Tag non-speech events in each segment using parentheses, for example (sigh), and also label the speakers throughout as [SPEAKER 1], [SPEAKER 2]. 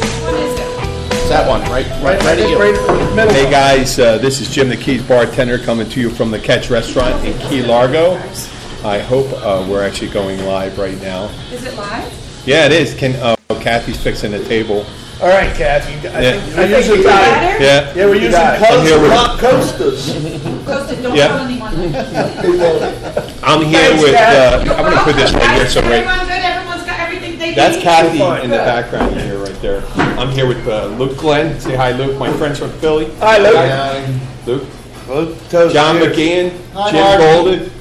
[SPEAKER 1] It's that one, right? Right, right at you.
[SPEAKER 2] Hey guys, uh, this is Jim the Keys bartender coming to you from the Catch Restaurant in Key Largo. I hope uh, we're actually going live right now.
[SPEAKER 3] Is it live?
[SPEAKER 2] Yeah, it is. Can uh, Kathy's fixing the table?
[SPEAKER 1] All right, Kathy. I
[SPEAKER 2] Yeah.
[SPEAKER 1] think, I think we got it.
[SPEAKER 2] Yeah.
[SPEAKER 1] Yeah, we're using
[SPEAKER 2] I'm here
[SPEAKER 1] coast,
[SPEAKER 2] with-
[SPEAKER 1] rock coasters.
[SPEAKER 2] Yeah. I'm here
[SPEAKER 1] Thanks,
[SPEAKER 2] with. Uh,
[SPEAKER 1] Kathy.
[SPEAKER 2] I'm gonna put this right here so right.
[SPEAKER 4] Everyone's good. Everyone's got everything they
[SPEAKER 2] That's
[SPEAKER 4] need.
[SPEAKER 2] Kathy
[SPEAKER 1] Fine.
[SPEAKER 2] in the background here, right there. I'm here with uh, Luke Glenn. Say hi, Luke. My friends from Philly.
[SPEAKER 1] Hi, Luke.
[SPEAKER 2] Luke.
[SPEAKER 1] Coasters.
[SPEAKER 2] John McGeehan,
[SPEAKER 1] Hi,
[SPEAKER 2] Jim
[SPEAKER 1] Mark.
[SPEAKER 2] Golden.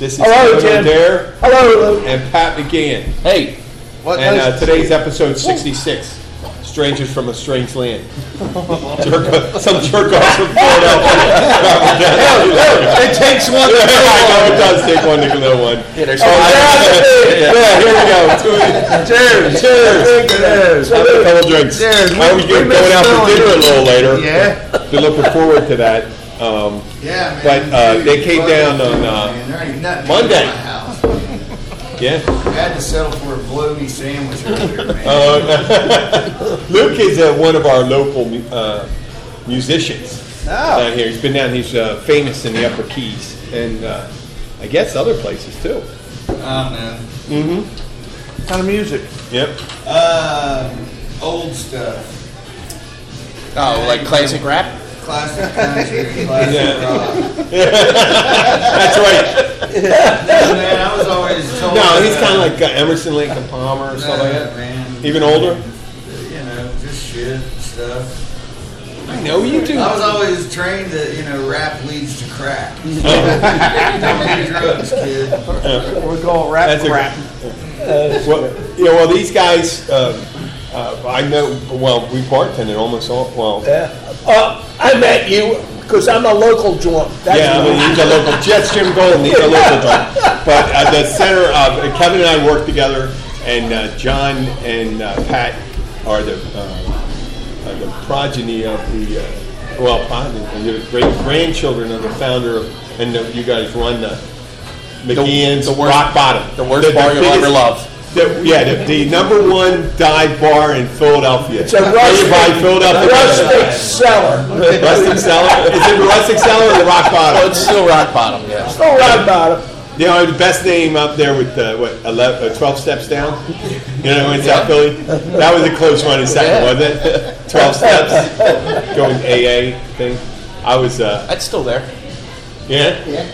[SPEAKER 2] This is
[SPEAKER 1] Hello,
[SPEAKER 2] Hello,
[SPEAKER 1] Jim.
[SPEAKER 2] Dare
[SPEAKER 1] Hello, Luke.
[SPEAKER 2] and Pat McGeehan.
[SPEAKER 1] Hey. What
[SPEAKER 2] And
[SPEAKER 1] nice-
[SPEAKER 2] uh, today's episode 66 Strangers from a Strange Land. (laughs) jerk, some jerk off from (laughs) Philadelphia.
[SPEAKER 1] (laughs) it takes one.
[SPEAKER 2] Yeah, I know it
[SPEAKER 1] to
[SPEAKER 2] does take one to know
[SPEAKER 1] (laughs)
[SPEAKER 2] one. Yeah,
[SPEAKER 1] there's- Oh, yeah.
[SPEAKER 2] here we go. Two-
[SPEAKER 1] Cheers. Cheers. Cheers.
[SPEAKER 2] Have a couple drinks.
[SPEAKER 1] Cheers.
[SPEAKER 2] I was
[SPEAKER 1] We-
[SPEAKER 2] going
[SPEAKER 1] we missed
[SPEAKER 2] out for
[SPEAKER 1] Philly.
[SPEAKER 2] dinner a little later.
[SPEAKER 1] Yeah.
[SPEAKER 2] Been looking forward to that. Um,
[SPEAKER 5] Yeah, man.
[SPEAKER 2] But, uh,
[SPEAKER 5] Dude,
[SPEAKER 2] they came
[SPEAKER 5] fuck
[SPEAKER 2] down
[SPEAKER 5] it,
[SPEAKER 2] on,
[SPEAKER 5] man.
[SPEAKER 2] uh,
[SPEAKER 5] There ain't nothing
[SPEAKER 2] Monday.
[SPEAKER 5] in my house. I
[SPEAKER 2] yeah.
[SPEAKER 5] had to settle for a bologna sandwich earlier, man.
[SPEAKER 2] Uh-huh. Luke is uh, one of our local mu- uh, musicians
[SPEAKER 1] Ah.
[SPEAKER 2] down here. He's been down. He's uh, famous in the Upper Keys and uh, I guess other places too.
[SPEAKER 5] I don't know.
[SPEAKER 1] What kind of music?
[SPEAKER 2] Yep.
[SPEAKER 5] Uh, old stuff.
[SPEAKER 1] Oh, like classic rap?
[SPEAKER 5] Classic country, classic rock.
[SPEAKER 2] That's (laughs) right.
[SPEAKER 5] Man, I was always told.
[SPEAKER 2] No, he's
[SPEAKER 5] that,
[SPEAKER 2] kind of like uh, Emerson, Lincoln Palmer, or
[SPEAKER 5] uh,
[SPEAKER 2] something like that.
[SPEAKER 5] man.
[SPEAKER 2] Even older.
[SPEAKER 5] You know, just shit and stuff.
[SPEAKER 2] I know you do.
[SPEAKER 1] Uh,
[SPEAKER 5] I was always trained that you know rap leads to
[SPEAKER 2] (laughs)
[SPEAKER 5] crack. Don't do drugs, kid.
[SPEAKER 1] We're going rap
[SPEAKER 2] That's a-
[SPEAKER 1] rap.
[SPEAKER 2] well, yeah, well, these guys, uh, uh, I know. Well, we bartended almost all. Well, yeah,
[SPEAKER 1] Uh, I met you because I'm a local joint. That's
[SPEAKER 2] I mean, he's a
[SPEAKER 1] (laughs)
[SPEAKER 2] local. Jets Jim Golden, he's a local dog. But at the center of Kevin and I work together, and uh, John and uh, Pat are the uh, are the progeny of the uh, well, progeny, the great grandchildren of the founder of, and the, you guys run the McGeehan's
[SPEAKER 1] the worst-
[SPEAKER 2] Rock Bottom,
[SPEAKER 1] the worst bar you'll
[SPEAKER 2] biggest-
[SPEAKER 1] ever love.
[SPEAKER 2] the- yeah, the, the number one dive bar in Philadelphia.
[SPEAKER 1] It's a rustic,
[SPEAKER 2] By Philadelphia.
[SPEAKER 1] rustic cellar.
[SPEAKER 2] Rustic cellar? Is it Rustic cellar or oh, Rock Bottom?
[SPEAKER 6] It's still rock bottom, yeah.
[SPEAKER 1] All right about it.
[SPEAKER 2] You know, the best name up there with uh, what 11, uh, twelve steps down. You know, in South Philly, that was a close one in second, wasn't it? Twelve steps, going AA thing. I was, uh,
[SPEAKER 6] That's still there.
[SPEAKER 2] yeah.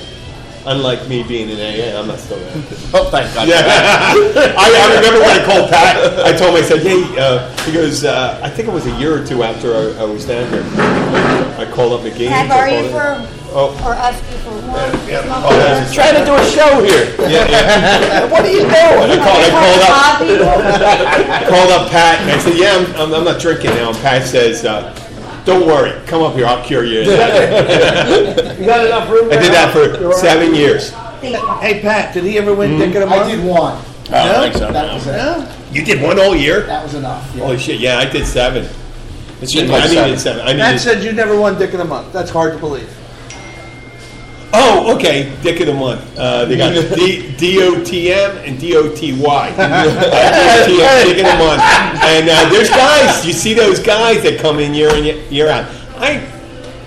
[SPEAKER 2] Unlike me being in AA, I'm not still there. (laughs)
[SPEAKER 6] Oh, thank God.
[SPEAKER 2] Yeah, I, I remember when I called Pat. I told him I said, "Hey," uh, he goes, uh, "I think it was a year or two after I, I was down here." I called up McGee.
[SPEAKER 4] Can I borrow you for,
[SPEAKER 2] Oh.
[SPEAKER 4] or ask you for one?
[SPEAKER 2] Yeah, oh, that's-
[SPEAKER 1] Trying to do a show here.
[SPEAKER 2] yeah, yeah.
[SPEAKER 1] What are you doing?
[SPEAKER 2] I called, I called up.
[SPEAKER 4] Bobby,
[SPEAKER 2] I called up Pat and I said, "Yeah, I'm, I'm, I'm not drinking now." And Pat says, uh, "Don't worry, come up here. I'll cure you." I
[SPEAKER 1] You got enough room?
[SPEAKER 2] did that for seven years.
[SPEAKER 1] Hey, Pat, did he ever win Dick of the Month?
[SPEAKER 7] I did one.
[SPEAKER 6] I don't think so.
[SPEAKER 7] That was enough.
[SPEAKER 2] You did one whole year?
[SPEAKER 7] That was enough. Yeah.
[SPEAKER 2] Holy shit! Yeah, I did seven.
[SPEAKER 6] It's
[SPEAKER 2] I
[SPEAKER 6] just like seven.
[SPEAKER 2] needed seven. I
[SPEAKER 1] Matt
[SPEAKER 2] needed.
[SPEAKER 1] said you never won Dick of the Month. That's hard to believe.
[SPEAKER 2] Oh, okay. Dick of the month. Uh,
[SPEAKER 8] (laughs)
[SPEAKER 2] they got D- DOTM and DOTY. Uh, DOTM, Dick of the month. And uh, there's guys. You see those guys that come in year in year out. I,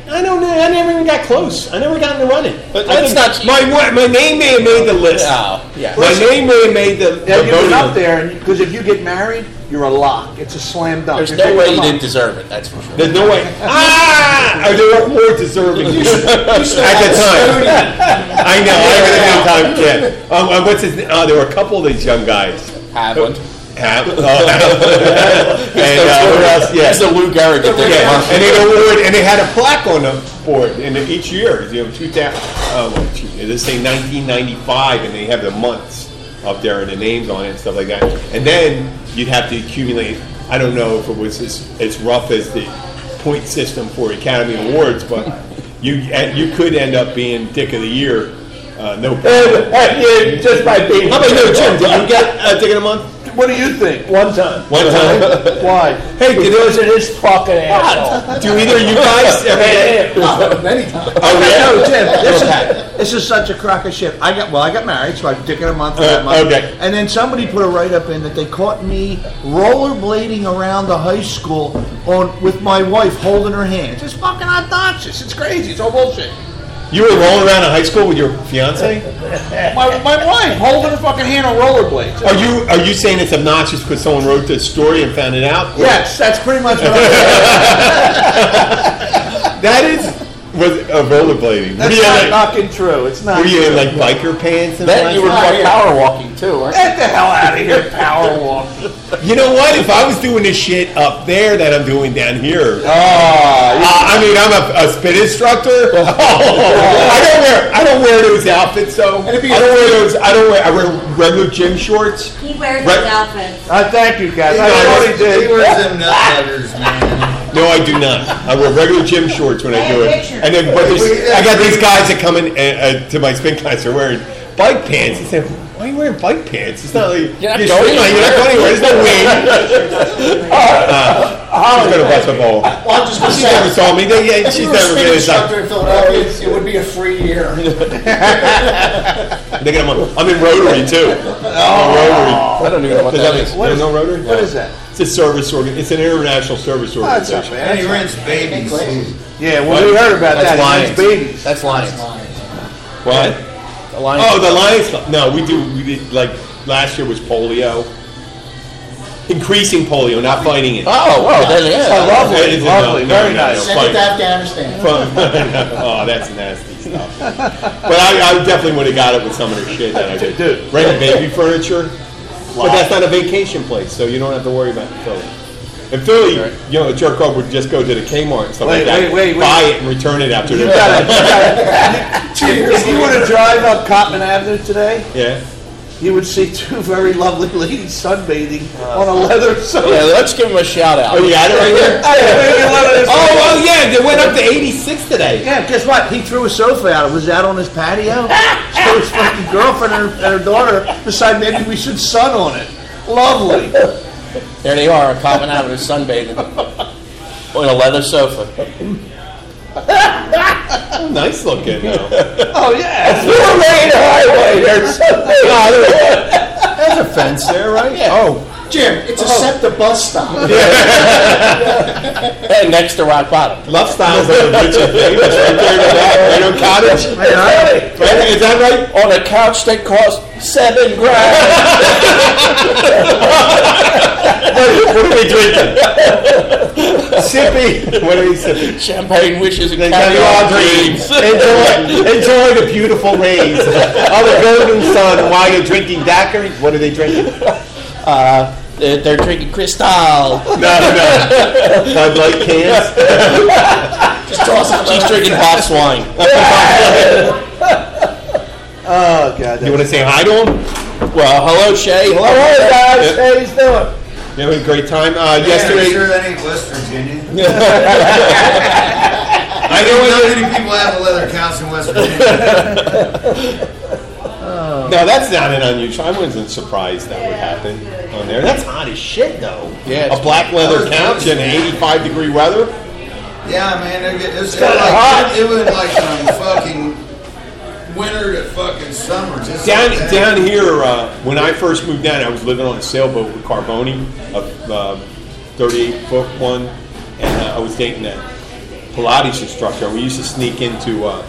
[SPEAKER 2] I don't know. I never even got close. I never got in the running.
[SPEAKER 8] But
[SPEAKER 2] I
[SPEAKER 8] that's
[SPEAKER 2] think
[SPEAKER 8] not-
[SPEAKER 2] my wa- my name may have made the list.
[SPEAKER 8] No, yeah.
[SPEAKER 2] My name may have made the.
[SPEAKER 9] Yeah,
[SPEAKER 2] the
[SPEAKER 9] you was
[SPEAKER 2] voting
[SPEAKER 9] up
[SPEAKER 2] list.
[SPEAKER 9] there, because if you get married, you're a lock. It's a slam dunk.
[SPEAKER 8] There's
[SPEAKER 9] You're
[SPEAKER 8] no
[SPEAKER 9] picking
[SPEAKER 8] way you
[SPEAKER 9] them
[SPEAKER 8] didn't
[SPEAKER 9] up.
[SPEAKER 8] deserve it. That's for sure.
[SPEAKER 2] There's no way. Ah! Are there more deserving at the time? I know. I had a good time, kid. Um, uh, what's his? Uh, there were a couple of these young guys.
[SPEAKER 8] Haven't.
[SPEAKER 2] Hap- oh, and uh, what else?
[SPEAKER 8] He's
[SPEAKER 2] Yeah.
[SPEAKER 8] the Lou Gehrig of Dick
[SPEAKER 2] Yeah,
[SPEAKER 8] Murphy.
[SPEAKER 2] and they award, and they had a plaque on the board, and each year, you know, two thousand. Oh, well, gee, let's say nineteen ninety-five, and they have the months up there and the names on it and stuff like that. And then you'd have to accumulate. I don't know if it was as, as rough as the point system for Academy Awards, but you eh, you could end up being Dick of the Year. Uh, no, just by being. How about you, Jim? Did you get uh, Dick of the Month?
[SPEAKER 9] What do you think?
[SPEAKER 10] One time.
[SPEAKER 2] One time. Ah,
[SPEAKER 9] Why?
[SPEAKER 2] (laughs) Hey, did
[SPEAKER 10] Because it is fucking asshole.
[SPEAKER 2] Do either of you guys? ever get-
[SPEAKER 5] Many times.
[SPEAKER 2] Oh, yeah.
[SPEAKER 9] No, Jim, this is, this is such a crock of shit. I got well, I got married, so I was dicking a month for that
[SPEAKER 2] Uh,
[SPEAKER 9] month.
[SPEAKER 2] okay.
[SPEAKER 9] And then somebody put a write up in that they caught me rollerblading around the high school on with my wife holding her hands. It's fucking obnoxious. It's crazy. It's all bullshit.
[SPEAKER 2] You were rolling around in high school with your fiance?
[SPEAKER 9] My, my wife holding her fucking hand on rollerblades.
[SPEAKER 2] Are you are you saying it's obnoxious because someone wrote this story and found it out?
[SPEAKER 9] Yes, that's pretty much what I'm saying.
[SPEAKER 2] That is was uh, rollerblading.
[SPEAKER 9] That's
[SPEAKER 2] were you,
[SPEAKER 9] not
[SPEAKER 2] in, like,
[SPEAKER 9] fucking true. It's not.
[SPEAKER 2] were you in like biker pants and all
[SPEAKER 8] Then
[SPEAKER 2] that
[SPEAKER 8] you were
[SPEAKER 2] stuff?
[SPEAKER 8] like power walking too, weren't you?
[SPEAKER 9] Get the hell out of here, power walk.
[SPEAKER 2] You know what? If I was doing this shit up there that I'm doing down here,
[SPEAKER 8] Oh,
[SPEAKER 2] Uh, I mean, I'm a, a spin instructor. I don't wear I don't wear those outfits though. I
[SPEAKER 8] And
[SPEAKER 2] don't
[SPEAKER 8] if you-
[SPEAKER 2] wear those. I don't wear. I wear regular gym shorts.
[SPEAKER 3] He wears
[SPEAKER 2] Right.
[SPEAKER 3] his outfits.
[SPEAKER 9] I thank you guys.
[SPEAKER 2] No, I
[SPEAKER 9] I
[SPEAKER 2] already
[SPEAKER 9] really
[SPEAKER 5] He
[SPEAKER 9] did.
[SPEAKER 5] wears them nut butters, man.
[SPEAKER 2] No, I do not. I wear regular gym shorts when I do it. And then, but there's- I got these guys that come in uh, uh, to my spin class. They're wearing bike pants. I said, "Why are you wearing bike pants? It's not like
[SPEAKER 8] You're not
[SPEAKER 2] you're
[SPEAKER 8] going
[SPEAKER 2] spin class, You're not going anywhere. There's no wind." uh, she's gonna bust my ball.
[SPEAKER 5] Well, I'm just gonna
[SPEAKER 2] She
[SPEAKER 5] say,
[SPEAKER 2] never saw me. They- yeah,
[SPEAKER 5] if
[SPEAKER 2] she's
[SPEAKER 5] you were a
[SPEAKER 2] never
[SPEAKER 5] spin
[SPEAKER 2] been
[SPEAKER 5] instructor
[SPEAKER 2] inside.
[SPEAKER 5] in Philadelphia, it would be a free year. (laughs)
[SPEAKER 2] They get them on. I'm in Rotary too. Oh,
[SPEAKER 8] I don't even know what
[SPEAKER 2] Rotary. Does
[SPEAKER 8] that
[SPEAKER 2] that
[SPEAKER 8] is.
[SPEAKER 2] make no, no Rotary?
[SPEAKER 9] What is that?
[SPEAKER 2] It's a service organ. It's an international service
[SPEAKER 9] That's not
[SPEAKER 2] organization.
[SPEAKER 9] bad.
[SPEAKER 5] And he rents babies.
[SPEAKER 9] Yeah, well, we heard about
[SPEAKER 8] That's
[SPEAKER 9] that.
[SPEAKER 8] lions.
[SPEAKER 9] It's babies.
[SPEAKER 8] That's lions.
[SPEAKER 2] What?
[SPEAKER 8] The lions.
[SPEAKER 2] Oh, the Lions Club. No, we do. We did like last year was polio. Increasing polio, not fighting it.
[SPEAKER 8] Oh, well, then
[SPEAKER 2] Oh,
[SPEAKER 8] yeah.
[SPEAKER 2] lovely, lovely, very nice.
[SPEAKER 5] Afghanistan.
[SPEAKER 2] oh, that's nasty stuff. But I, I definitely would have got it with some of the shit that I did.
[SPEAKER 9] Dude.
[SPEAKER 2] Rent baby furniture, but that's not a vacation place, so you don't have to worry about Philly. In Philly, you know, a jerk off would just go to the Kmart and stuff
[SPEAKER 9] Wait,
[SPEAKER 2] like that,
[SPEAKER 9] wait, wait, wait.
[SPEAKER 2] buy it and return it after.
[SPEAKER 9] You
[SPEAKER 2] they're
[SPEAKER 9] gotta, you gotta, (laughs) if you were to drive up Cotman Avenue today,
[SPEAKER 2] yeah.
[SPEAKER 9] you would see two very lovely ladies sunbathing
[SPEAKER 5] Uh,
[SPEAKER 9] on a leather
[SPEAKER 8] Yeah,
[SPEAKER 9] sofa. (laughs)
[SPEAKER 8] let's give him a shout out.
[SPEAKER 2] Oh, you got it right there.
[SPEAKER 9] Yeah.
[SPEAKER 2] (laughs) Oh, oh yeah, they went up to 86 today.
[SPEAKER 9] Yeah, guess what? He threw a sofa out. It was out on his
[SPEAKER 8] (laughs)
[SPEAKER 9] patio. so his fucking girlfriend and her, and her daughter decided maybe we should sun on it. Lovely.
[SPEAKER 8] There they are, Common Avenue sunbathing. On a leather sofa.
[SPEAKER 2] Oh, nice looking though.
[SPEAKER 9] Oh yeah.
[SPEAKER 2] highway. There's a fence there, right? Oh,
[SPEAKER 5] Jim, it's a set the bus
[SPEAKER 2] (laughs)
[SPEAKER 5] stop.
[SPEAKER 8] And next to Rock Bottom.
[SPEAKER 2] Love Styles is a rich and famous right there in the back, right on Cottage. Right, Is that right?
[SPEAKER 8] On a couch that cost seven
[SPEAKER 2] (laughs)
[SPEAKER 8] grand.
[SPEAKER 2] What are we drinking? Sippy. What are we sipping?
[SPEAKER 8] Champagne wishes and
[SPEAKER 2] Enjoy,
[SPEAKER 8] caviar dreams.
[SPEAKER 2] enjoy the beautiful rays of the golden sun while you're drinking daiquiri. What are they drinking?
[SPEAKER 8] Uh, They're they're drinking Cristal.
[SPEAKER 2] No, no. Bud Light cans.
[SPEAKER 8] She's drinking box wine.
[SPEAKER 9] Oh god.
[SPEAKER 2] You want to say hi to them? Well,
[SPEAKER 8] Hello, Shay. Hello.
[SPEAKER 9] guys, how you doing?
[SPEAKER 2] You having a great time? Uh,
[SPEAKER 5] Yeah,
[SPEAKER 2] yesterday,
[SPEAKER 5] sure that ain't West
[SPEAKER 2] (laughs)
[SPEAKER 5] Virginia.
[SPEAKER 2] I know
[SPEAKER 5] Not
[SPEAKER 2] it-
[SPEAKER 5] many people have a leather couch in West Virginia.
[SPEAKER 2] (laughs) No, that's not an unusual. I wasn't surprised that would happen on there. That's hot as shit, though.
[SPEAKER 8] Yeah, it's-
[SPEAKER 2] a black leather couch in 85 degree weather.
[SPEAKER 5] Yeah, man, they're get- it's, it, was like, it was like um, fucking winter to fucking summer. Just
[SPEAKER 2] Down,
[SPEAKER 5] like that.
[SPEAKER 2] down here, uh, when I first moved down, I was living on a sailboat with Carboni, a uh, 38 foot one, and uh, I was dating a Pilates instructor. We used to sneak into uh,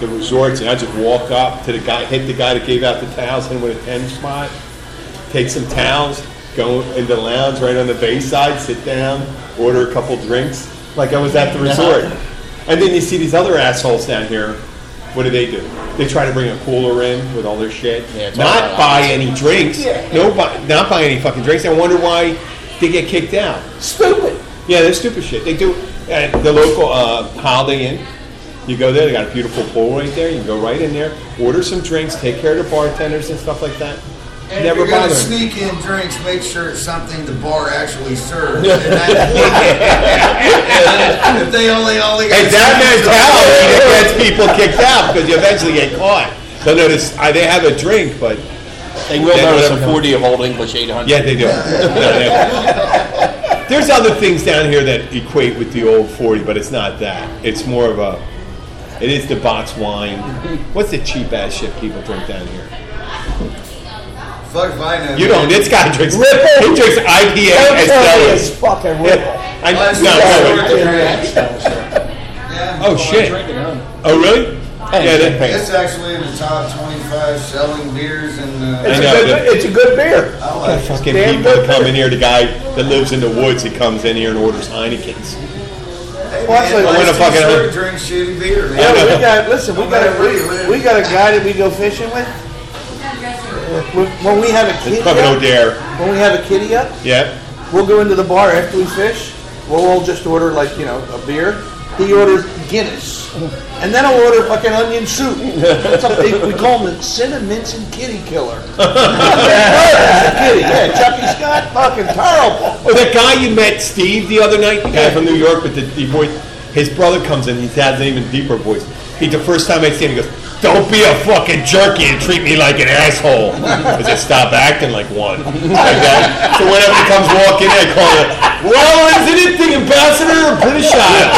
[SPEAKER 2] the resorts, and I'd just walk up to the guy, hit the guy that gave out the towels, hit him with a 10 spot, take some towels, go in the lounge right on the bayside, sit down, order a couple drinks, like I was at the resort. And then you see these other assholes down here. What do they do? They try to bring a cooler in with all their shit.
[SPEAKER 6] it's all
[SPEAKER 2] not
[SPEAKER 6] right.
[SPEAKER 2] buy any drinks. No, buy, not buy any fucking drinks. I wonder why they get kicked out. Stupid. Yeah, they're stupid shit. They do at the local uh, Holiday Inn. You go there. They got a beautiful pool right there. You can go right in there, order some drinks, take care of the bartenders and stuff like that.
[SPEAKER 5] And
[SPEAKER 2] Never
[SPEAKER 5] if you're
[SPEAKER 2] bother.
[SPEAKER 5] gonna sneak in drinks, make sure it's something the bar actually
[SPEAKER 2] (laughs)
[SPEAKER 5] serves. And that- if they only only got
[SPEAKER 2] Hey, that mentality that gets people kicked out because you eventually get caught. They'll notice I, they have a drink, but
[SPEAKER 6] They will
[SPEAKER 2] They don't
[SPEAKER 6] notice
[SPEAKER 2] ever
[SPEAKER 6] a
[SPEAKER 2] know.
[SPEAKER 6] 40 of Old English 800.
[SPEAKER 5] (laughs)
[SPEAKER 2] yeah, they do. There's other things down here that equate with the old 40, but it's not that. It's more of a. It is the box wine. What's the cheap ass shit people drink down here?
[SPEAKER 5] fuck if I know.
[SPEAKER 2] You don't. This guy drinks.
[SPEAKER 9] Ripple.
[SPEAKER 2] He drinks IPA as well as.
[SPEAKER 9] fucking
[SPEAKER 2] I,
[SPEAKER 5] Well, that's
[SPEAKER 2] no,
[SPEAKER 5] the
[SPEAKER 2] no,
[SPEAKER 5] story.
[SPEAKER 2] wait. Oh shit. Oh really? Yeah. that-
[SPEAKER 5] It's actually in the top 25 selling beers in
[SPEAKER 2] I
[SPEAKER 5] the.
[SPEAKER 2] know, but-
[SPEAKER 9] It's a good beer.
[SPEAKER 5] I like it.
[SPEAKER 2] Fucking
[SPEAKER 9] Damn
[SPEAKER 2] people
[SPEAKER 9] good.
[SPEAKER 2] come in here. The guy that lives in the woods, he comes in here and orders Heineken's.
[SPEAKER 5] Hey,
[SPEAKER 9] Well, that's
[SPEAKER 5] man, life's
[SPEAKER 9] like-
[SPEAKER 2] I wanna
[SPEAKER 5] too
[SPEAKER 2] fucking-
[SPEAKER 5] short, drink shitty beer, man.
[SPEAKER 9] Yeah, we got, listen, we
[SPEAKER 5] No
[SPEAKER 9] got,
[SPEAKER 5] matter where you
[SPEAKER 9] a,
[SPEAKER 5] live.
[SPEAKER 9] we got a guy that we go fishing with. When when we have a
[SPEAKER 2] It's
[SPEAKER 9] kid
[SPEAKER 2] fucking
[SPEAKER 9] up,
[SPEAKER 2] out there.
[SPEAKER 9] when we have a kitty up,
[SPEAKER 2] Yeah.
[SPEAKER 9] we'll go into the bar after we fish. We'll all just order like you know a beer. He orders Guinness, and then I'll order fucking onion soup. That's a big- we call him the Cinnamints and Kitty
[SPEAKER 2] (laughs)
[SPEAKER 9] Killer. kitty, yeah, Chucky Scott, fucking
[SPEAKER 2] (laughs)
[SPEAKER 9] terrible.
[SPEAKER 2] Oh, that guy you met, Steve, the other night, the guy from New York with the, the voice, his brother comes in, he has an even deeper voice. He, the first time I see him, he goes, Don't be a fucking jerky and treat me like an asshole. I said, Stop acting like one. Like that. So whenever he comes walking in, I call him, Well, is anything ambassador or British Isle?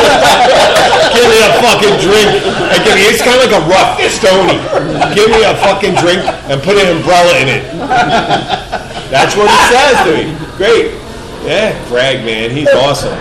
[SPEAKER 2] (laughs) give me a fucking drink. And give me, it's kind of like a rough stony. Give me a fucking drink and put an umbrella in it. That's what he says to me. Great. Yeah, Greg, man, he's awesome.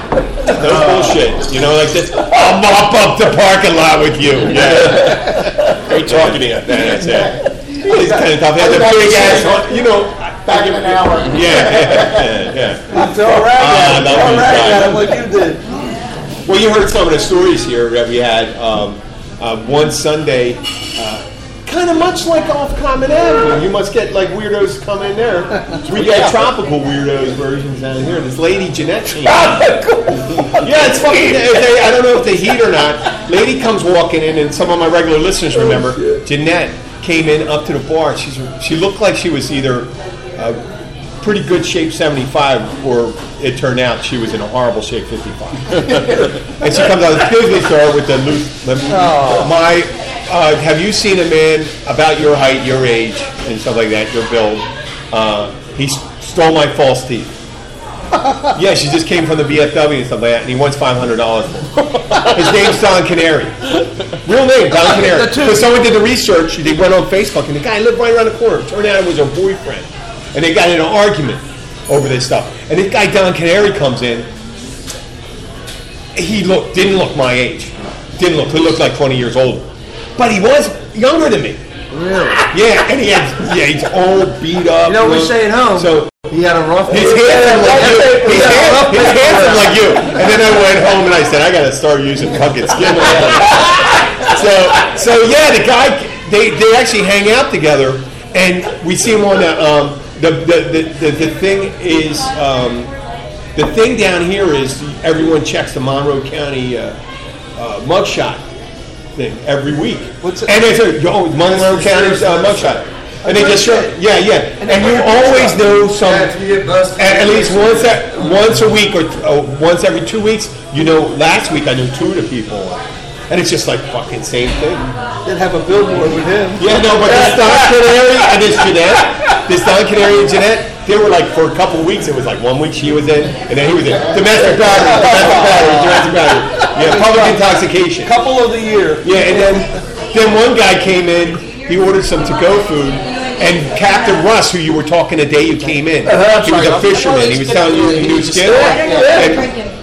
[SPEAKER 2] No bullshit. You know, like this. I'll mop up the parking lot with you. Yeah. Great talking to you. That's it. He's kind of tough. He has a big ass. You know,
[SPEAKER 9] Back in an hour.
[SPEAKER 2] yeah, yeah, yeah.
[SPEAKER 9] I'm so right.
[SPEAKER 2] Ah,
[SPEAKER 9] I'm
[SPEAKER 2] that
[SPEAKER 9] so
[SPEAKER 2] one's
[SPEAKER 9] right.
[SPEAKER 2] done.
[SPEAKER 9] Adam, what you did.
[SPEAKER 2] Well, you heard some of the stories here that we had. Um, uh, one Sunday, uh, kind of much like off Common Avenue, you must get like weirdos come in there. We got tropical weirdos versions down here. This lady Jeanette came. yeah, it's fucking. if they- I don't know if they heat or not. Lady comes walking in, and some of my regular listeners remember Jeanette came in up to the bar. She's she looked like she was either. Uh, Pretty good shape 75, or it turned out she was in a horrible shape 55. And she comes out, excuse me, sir, with the loose. The, My, uh, have you seen a man about your height, your age, and stuff like that, your build? Uh, he s- stole my false teeth. yeah, she just came from the BFW and stuff like that, and he wants five hundred dollars. His name's Don Canary, real name Don Canary. So someone did the research. They went on Facebook, and the guy lived right around the corner. Turned out it was her boyfriend, and they got in an argument over this stuff. And this guy Don Canary comes in, he looked didn't look my age. Didn't look. He looked like 20 years older, but he was younger than me.
[SPEAKER 7] Really?
[SPEAKER 2] Yeah, and he had yeah, he's all beat up.
[SPEAKER 7] You know what we
[SPEAKER 2] look.
[SPEAKER 7] say at home?
[SPEAKER 2] So
[SPEAKER 7] He had a rough.
[SPEAKER 2] He's handsome like you. He's handsome, he's handsome like you. And then I went home and I said, I gotta start using fucking skin. so, so yeah, the guy, they, they actually hang out together, and we see him on the um, the, the, the, the the thing is um, the thing down here is everyone checks the Monroe County uh, uh, mugshot thing every week.
[SPEAKER 9] What's it-
[SPEAKER 2] And it's a oh, Monroe
[SPEAKER 5] That's the
[SPEAKER 2] County's uh,
[SPEAKER 5] sheriff's
[SPEAKER 2] mugshot. And they just show,
[SPEAKER 9] mugshot.
[SPEAKER 2] yeah, yeah. And you always know some
[SPEAKER 5] Yeah, if you get busted.
[SPEAKER 2] at, at least once that once a week or uh, once every two weeks. You know, last week I knew two of the people, and it's just like fucking same thing.
[SPEAKER 9] Did have a billboard with him.
[SPEAKER 2] Yeah, no, but this Don Canary and this Jeanette, this Don Canary and Jeanette, they were like for a couple weeks. It was like one week she was in, and then he was in domestic battery, domestic battery, domestic battery. Yeah, public intoxication.
[SPEAKER 9] Couple of the year.
[SPEAKER 2] Yeah, and then Then one guy came in, he ordered some to-go food, and Captain Russ, who you were talking the day you came in,
[SPEAKER 6] Uh-huh,
[SPEAKER 2] he was a
[SPEAKER 6] sorry.
[SPEAKER 2] fisherman. He was telling you he knew skill.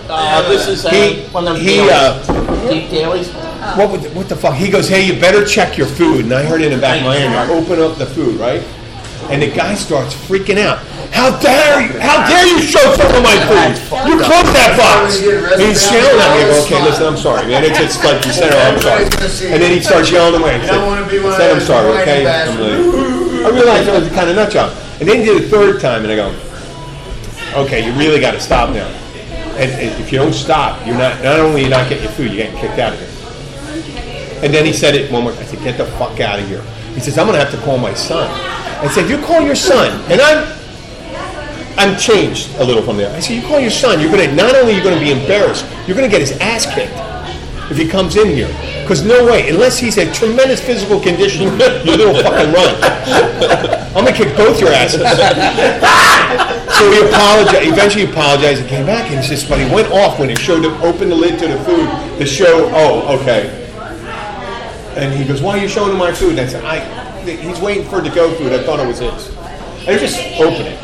[SPEAKER 6] Uh, this is uh,
[SPEAKER 2] He-
[SPEAKER 6] one of them
[SPEAKER 2] he,
[SPEAKER 6] dailies.
[SPEAKER 2] uh,
[SPEAKER 6] deep dailies.
[SPEAKER 2] What, would, what the fuck? He goes, hey, you better check your food. And I heard in the back of my ear, I open up the food, right? And the guy starts freaking out. How dare you? How dare you show someone my food? You closed that box. And he's yelling at me. I go, okay, listen, I'm sorry, man. It's just like you said, I'm sorry. And then he starts yelling away. I said, I said, I'm sorry, okay? I'm like, I realized I was kind of nut job. And then he did it the third time, and I go, okay, you really got to stop now. And, and if you don't stop, you're not not only you're not getting your food, you're getting kicked out of here. And then he said it one more. I said, get the fuck out of here. He says, I'm gonna have to call my son. I said, you call your son, and I'm I'm changed a little from there. I said, you call your son. You're gonna not only you're gonna be embarrassed, you're gonna get his ass kicked if he comes in here. Because no way, unless he's in tremendous physical condition, (laughs) you little fucking run. (laughs) I'm gonna kick both your asses. (laughs) So he apologized. Eventually, he apologized and came back, and it's just funny. He went off when he showed him, opened the lid to the food to show. Oh, okay. And he goes, "Why are you showing him my food?" And I said, "I." He's waiting for the go food. I thought it was his. And he just open it,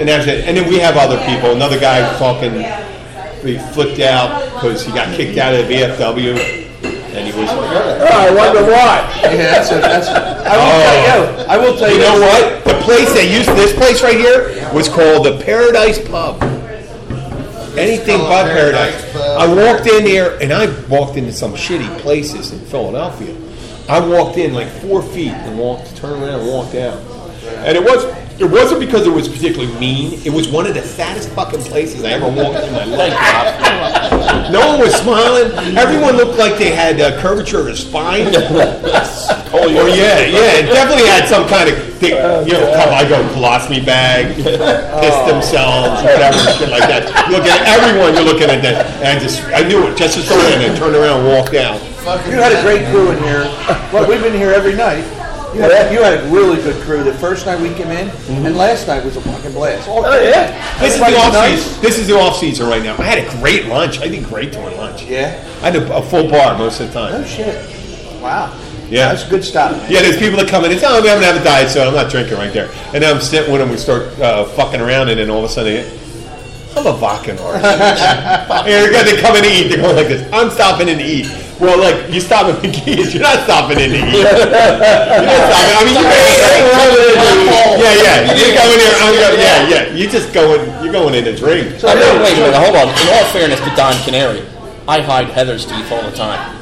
[SPEAKER 2] and that's it. And then we have other people. Another guy fucking, he flipped out because he got kicked out of the VFW, and he was. Oh, I wonder why.
[SPEAKER 9] Yeah, that's it. That's it. I
[SPEAKER 2] Oh.
[SPEAKER 9] will tell you. I will tell you.
[SPEAKER 2] You know what? The place that used this place right here was called the Paradise Pub. Anything but Paradise. I walked in there and I walked into some shitty places in Philadelphia. I walked in like four feet and walked, turned around and walked out. And it was it wasn't because it was particularly mean. It was one of the saddest fucking places I ever walked in my life. No one was smiling. Everyone looked like they had uh, curvature of the spine. oh yeah, yeah, it definitely had some kind of thing, you know, come, I go colostomy (laughs) bag, pissed themselves, whatever shit like that. You Look at everyone, you're looking at that, and I just I knew it just as soon as I turned around and walked out.
[SPEAKER 9] You had a great crew in here. Well, we've been here every night. You had, you had a really good crew. The first night we came in, and last night was a fucking blast. Oh yeah,
[SPEAKER 2] Mm-hmm. This is the off season. This is the off season right now. I had a great lunch. I did great during lunch.
[SPEAKER 9] Yeah.
[SPEAKER 2] I had a, a full bar most of the time.
[SPEAKER 9] Oh shit! Wow.
[SPEAKER 2] Yeah.
[SPEAKER 9] that's good stuff. man.
[SPEAKER 2] Yeah, there's people that come in and tell me I'm gonna have a diet soda. I'm not drinking right there. And then I'm sitting with them. We start uh, fucking around, and then all of a sudden, they get, I'm a vodka artist. They're gonna come in to eat. They're going like this. I'm stopping in to eat. Well, like you stop at McGee's, (laughs) you're not stopping in to eat. You're not stopping. I mean, you yeah, yeah. You go in there. I'm going, yeah, yeah. You just going. You're going in to drink.
[SPEAKER 6] I mean, wait a minute, hold on. In all fairness to Don Canary, I hide Heather's teeth all the time.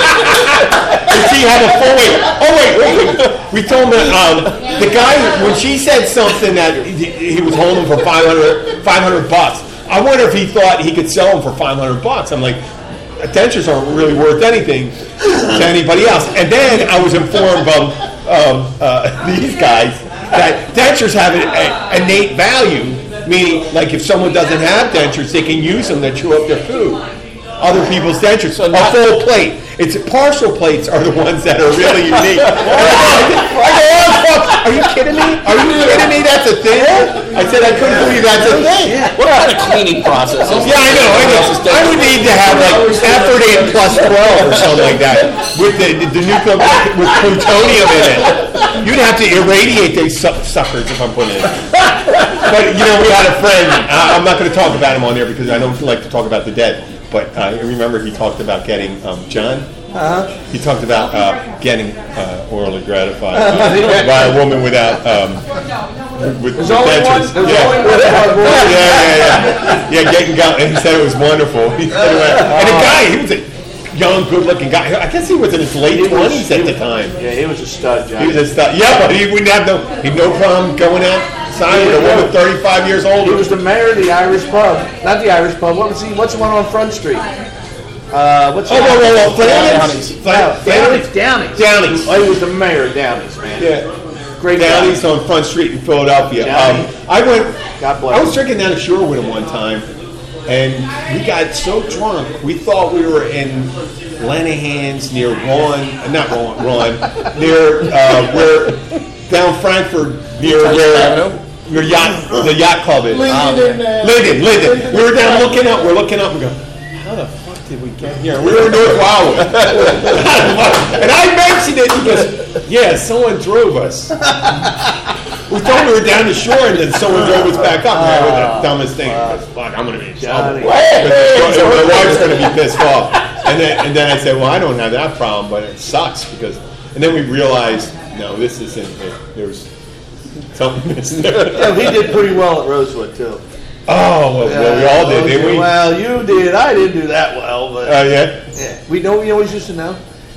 [SPEAKER 2] Does he have a full wait? Oh wait, wait, wait. We told him that, um, the guy when she said something that he, he was holding for 500, 500 bucks. I wonder if he thought he could sell them for five hundred bucks. I'm like, dentures aren't really worth anything to anybody else. And then I was informed from um, uh, (laughs) these guys that dentures have an a- innate value, meaning like if someone doesn't have dentures, they can use them to chew up their food other people's dentures. a full plate. It's partial plates are the ones that
[SPEAKER 6] (laughs)
[SPEAKER 2] are really unique. I go, oh, fuck, are you kidding me? Are you kidding me? That's a thing. I said I couldn't believe that's a thing.
[SPEAKER 6] What kind of cleaning process? is
[SPEAKER 2] Yeah, I know. I know. I would need to have like effort in plus twelve or something like that with the the, the nuclear with plutonium in it. You'd have to irradiate these su- suckers if I'm putting it. But you know, we had a friend. I, I'm not going to talk about him on there because I don't like to talk about the dead. But I remember he talked about getting um, John.
[SPEAKER 9] Uh-huh.
[SPEAKER 2] He talked about uh, getting uh, orally gratified
[SPEAKER 9] (laughs)
[SPEAKER 2] by a woman without um, with
[SPEAKER 9] There's
[SPEAKER 2] with
[SPEAKER 9] only one-
[SPEAKER 2] dentures.
[SPEAKER 9] there's
[SPEAKER 2] yeah.
[SPEAKER 9] only one hard boy.
[SPEAKER 2] Oh, yeah, yeah, yeah, yeah. Getting got, and he said it was wonderful. (laughs) He said it was- and the guy, he was a young, good-looking guy. I guess he was in his late twenties at the time.
[SPEAKER 9] Yeah, he was a stud, John.
[SPEAKER 2] He was a stud. Yeah, but he wouldn't have no, he'd no problem going outside with a woman thirty-five years old.
[SPEAKER 9] He was the mayor of the Irish pub, not the Irish pub. What was he? What's the one on Front Street? Uh, what's
[SPEAKER 2] Oh,
[SPEAKER 9] the-
[SPEAKER 2] whoa, whoa, whoa, Flanagan's?
[SPEAKER 9] No, Downey's.
[SPEAKER 2] Flanagan's?
[SPEAKER 9] Downey's.
[SPEAKER 2] Downey's.
[SPEAKER 9] Oh, he was the mayor of Downey's, man.
[SPEAKER 2] Yeah.
[SPEAKER 9] Great
[SPEAKER 2] Downey's on Front Street in Philadelphia. Um, I went.
[SPEAKER 9] God bless.
[SPEAKER 2] I was drinking down the shore with him one time, and we got so drunk we thought we were in Lenihan's near Ron, uh, not Ron, Ron near uh, where down Frankfurt near
[SPEAKER 6] Tyson
[SPEAKER 2] where.
[SPEAKER 6] Avenue?
[SPEAKER 2] Your yacht, the yacht club is. Um,
[SPEAKER 6] Linden,
[SPEAKER 2] Linden, Linden. We were down looking up. We're looking up. We go, how the fuck did we get here? We were doing Huawei. and I mentioned it because, yeah, someone drove us. We thought we were down the shore and then someone drove us back up. Man, it was the dumbest thing. Fuck, I'm going to be in trouble.
[SPEAKER 9] Johnny.
[SPEAKER 2] Because My Ah. wife's going to be pissed off. And then, and then I said, well, I don't have that problem, but it sucks because. And then we realized, no, this isn't it. There's something missing (laughs) there.
[SPEAKER 9] Yeah, he did pretty well at Rosewood too.
[SPEAKER 2] Oh, well, well, we all did,
[SPEAKER 9] Yeah,
[SPEAKER 2] didn't we?
[SPEAKER 9] Well, you did. I didn't do that well, but
[SPEAKER 2] Oh, yeah?
[SPEAKER 9] yeah. We know. We always used to know.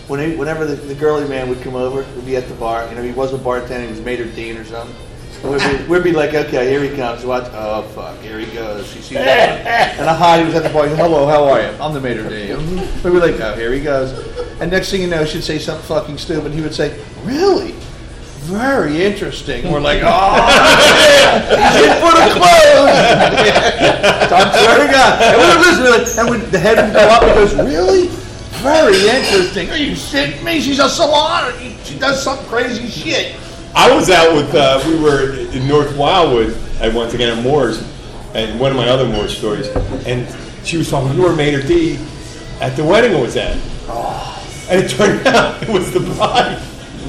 [SPEAKER 9] When he, whenever the, the girly man would come over, we'd be at the bar. You know, he was a bartender. He was maitre dean or something. And we'd, be, we'd be like, okay, here he comes. Watch. Oh fuck, here he goes. He sees that. And a hottie was at the bar. Hello, how are you? I'm the maitre d'. Mhm. We'd be like, oh, here he goes. And next thing you know, she'd say something fucking stupid. He would say, really. Very interesting. We're like, oh, (laughs) he's in for the clothes. I'm swear to God. And we would listen to it, and we, the head would go up and goes, really? Very interesting. Are you shitting me? She's a salon. She does some crazy shit.
[SPEAKER 2] I was out with, uh, we were in North Wildwood, and once again at Moore's, and one of my other Moore's stories, and she was talking, you were Mater D at the wedding I was at.
[SPEAKER 6] Oh.
[SPEAKER 2] And it turned (laughs) out it was the bride.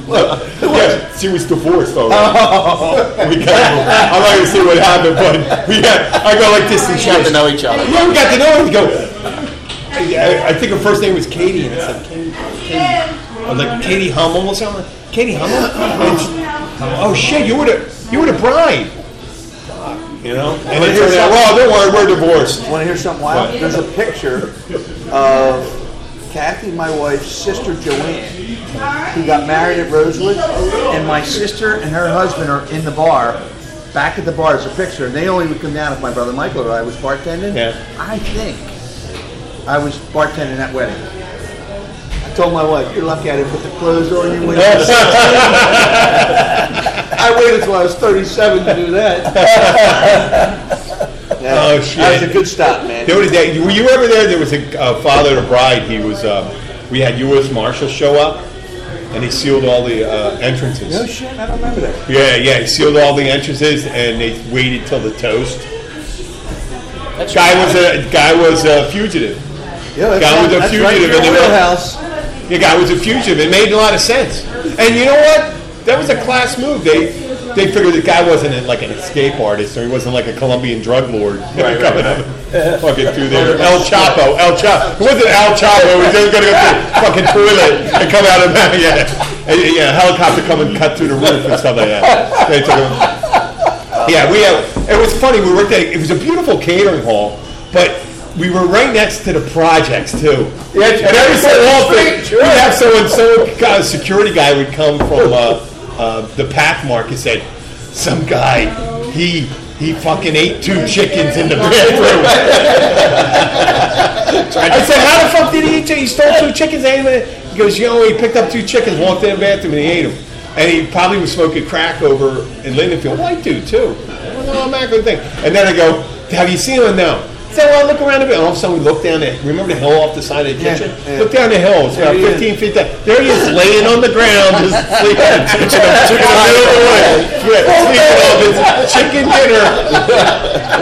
[SPEAKER 2] yeah, she was divorced already.
[SPEAKER 6] Oh.
[SPEAKER 2] we got, I'm not going to say what happened, but we got, I got like this and
[SPEAKER 6] You got to know each other.
[SPEAKER 2] Yeah, we got to know each other. I, I think her first name was Katie, and I said, Katie. I was like, Katie Hummel or something. Katie Hummel? And she- Oh shit, you were the you were the bride. You know? And then turned out, well, don't worry, we're divorced.
[SPEAKER 9] Want to hear something wild?
[SPEAKER 2] What?
[SPEAKER 9] There's a picture of Kathy, my wife's sister Joanne, who got married at Rosewood, and my sister and her husband are in the bar. Back at the bar is a picture, and they only would come down if my brother Michael or I was bartending.
[SPEAKER 2] Yeah.
[SPEAKER 9] I think I was bartending that wedding. I told my wife, "You're lucky I didn't put the clothes on you."
[SPEAKER 2] (laughs)
[SPEAKER 9] When you were 16." I waited till I was 37 to
[SPEAKER 2] (laughs)
[SPEAKER 9] do that. Yeah,
[SPEAKER 2] Oh, shit.
[SPEAKER 9] That was a good stop, man.
[SPEAKER 2] There was that. Were you ever there? There was a uh, father to bride. He was. Uh, we had U.S. Marshal show up, and he sealed all the uh, entrances.
[SPEAKER 9] No shit, I don't remember that.
[SPEAKER 2] Yeah, yeah. He sealed all the entrances, and they waited till the toast.
[SPEAKER 6] That's
[SPEAKER 2] Guy
[SPEAKER 6] right.
[SPEAKER 2] was a guy was a fugitive.
[SPEAKER 9] Yeah, that's,
[SPEAKER 2] Guy
[SPEAKER 9] right-
[SPEAKER 2] with a
[SPEAKER 9] that's
[SPEAKER 2] fugitive
[SPEAKER 9] right in
[SPEAKER 2] in
[SPEAKER 9] your
[SPEAKER 2] the middle.
[SPEAKER 9] wheelhouse.
[SPEAKER 2] The guy was a fugitive. It made a lot of sense. And you know what? That was a class move. They they figured the guy wasn't an- like an escape artist, or he wasn't like a Colombian drug lord (laughs)
[SPEAKER 9] Right, right,
[SPEAKER 2] coming up and fucking through there.
[SPEAKER 9] (laughs)
[SPEAKER 2] El Chapo, El Chapo. Who was it? El Chapo? He was just gonna go to the fucking toilet and come out of (laughs) yeah, And, yeah, a helicopter come and cut through the roof and stuff like that. They took him. Yeah, we have. It was funny. We worked at. It was a beautiful catering hall, but we were right next to the projects too. Yeah, and every so often we would have someone, some kind of security guy would come from uh, uh, the pack market. Said some guy, he he fucking ate two chickens (laughs) in the bedroom. I said, how the fuck did he eat? Two? He stole two chickens. And ate them." he goes, you know, he picked up two chickens, walked in the bathroom, and he ate them. And he probably was smoking crack over in Lindenfield. White dude too. No, I'm not gonna think. And then I go, have you seen him? No. So well, look around a bit. And all of a sudden, we look down at remember the hill off the side of the
[SPEAKER 9] Yeah,
[SPEAKER 2] kitchen.
[SPEAKER 9] yeah.
[SPEAKER 2] Look down the hill. It's about
[SPEAKER 9] There he
[SPEAKER 2] 15
[SPEAKER 9] is.
[SPEAKER 2] feet down. There he is, laying on the ground, just
[SPEAKER 9] (laughs)
[SPEAKER 2] sleeping. Chicken Chicken dinner.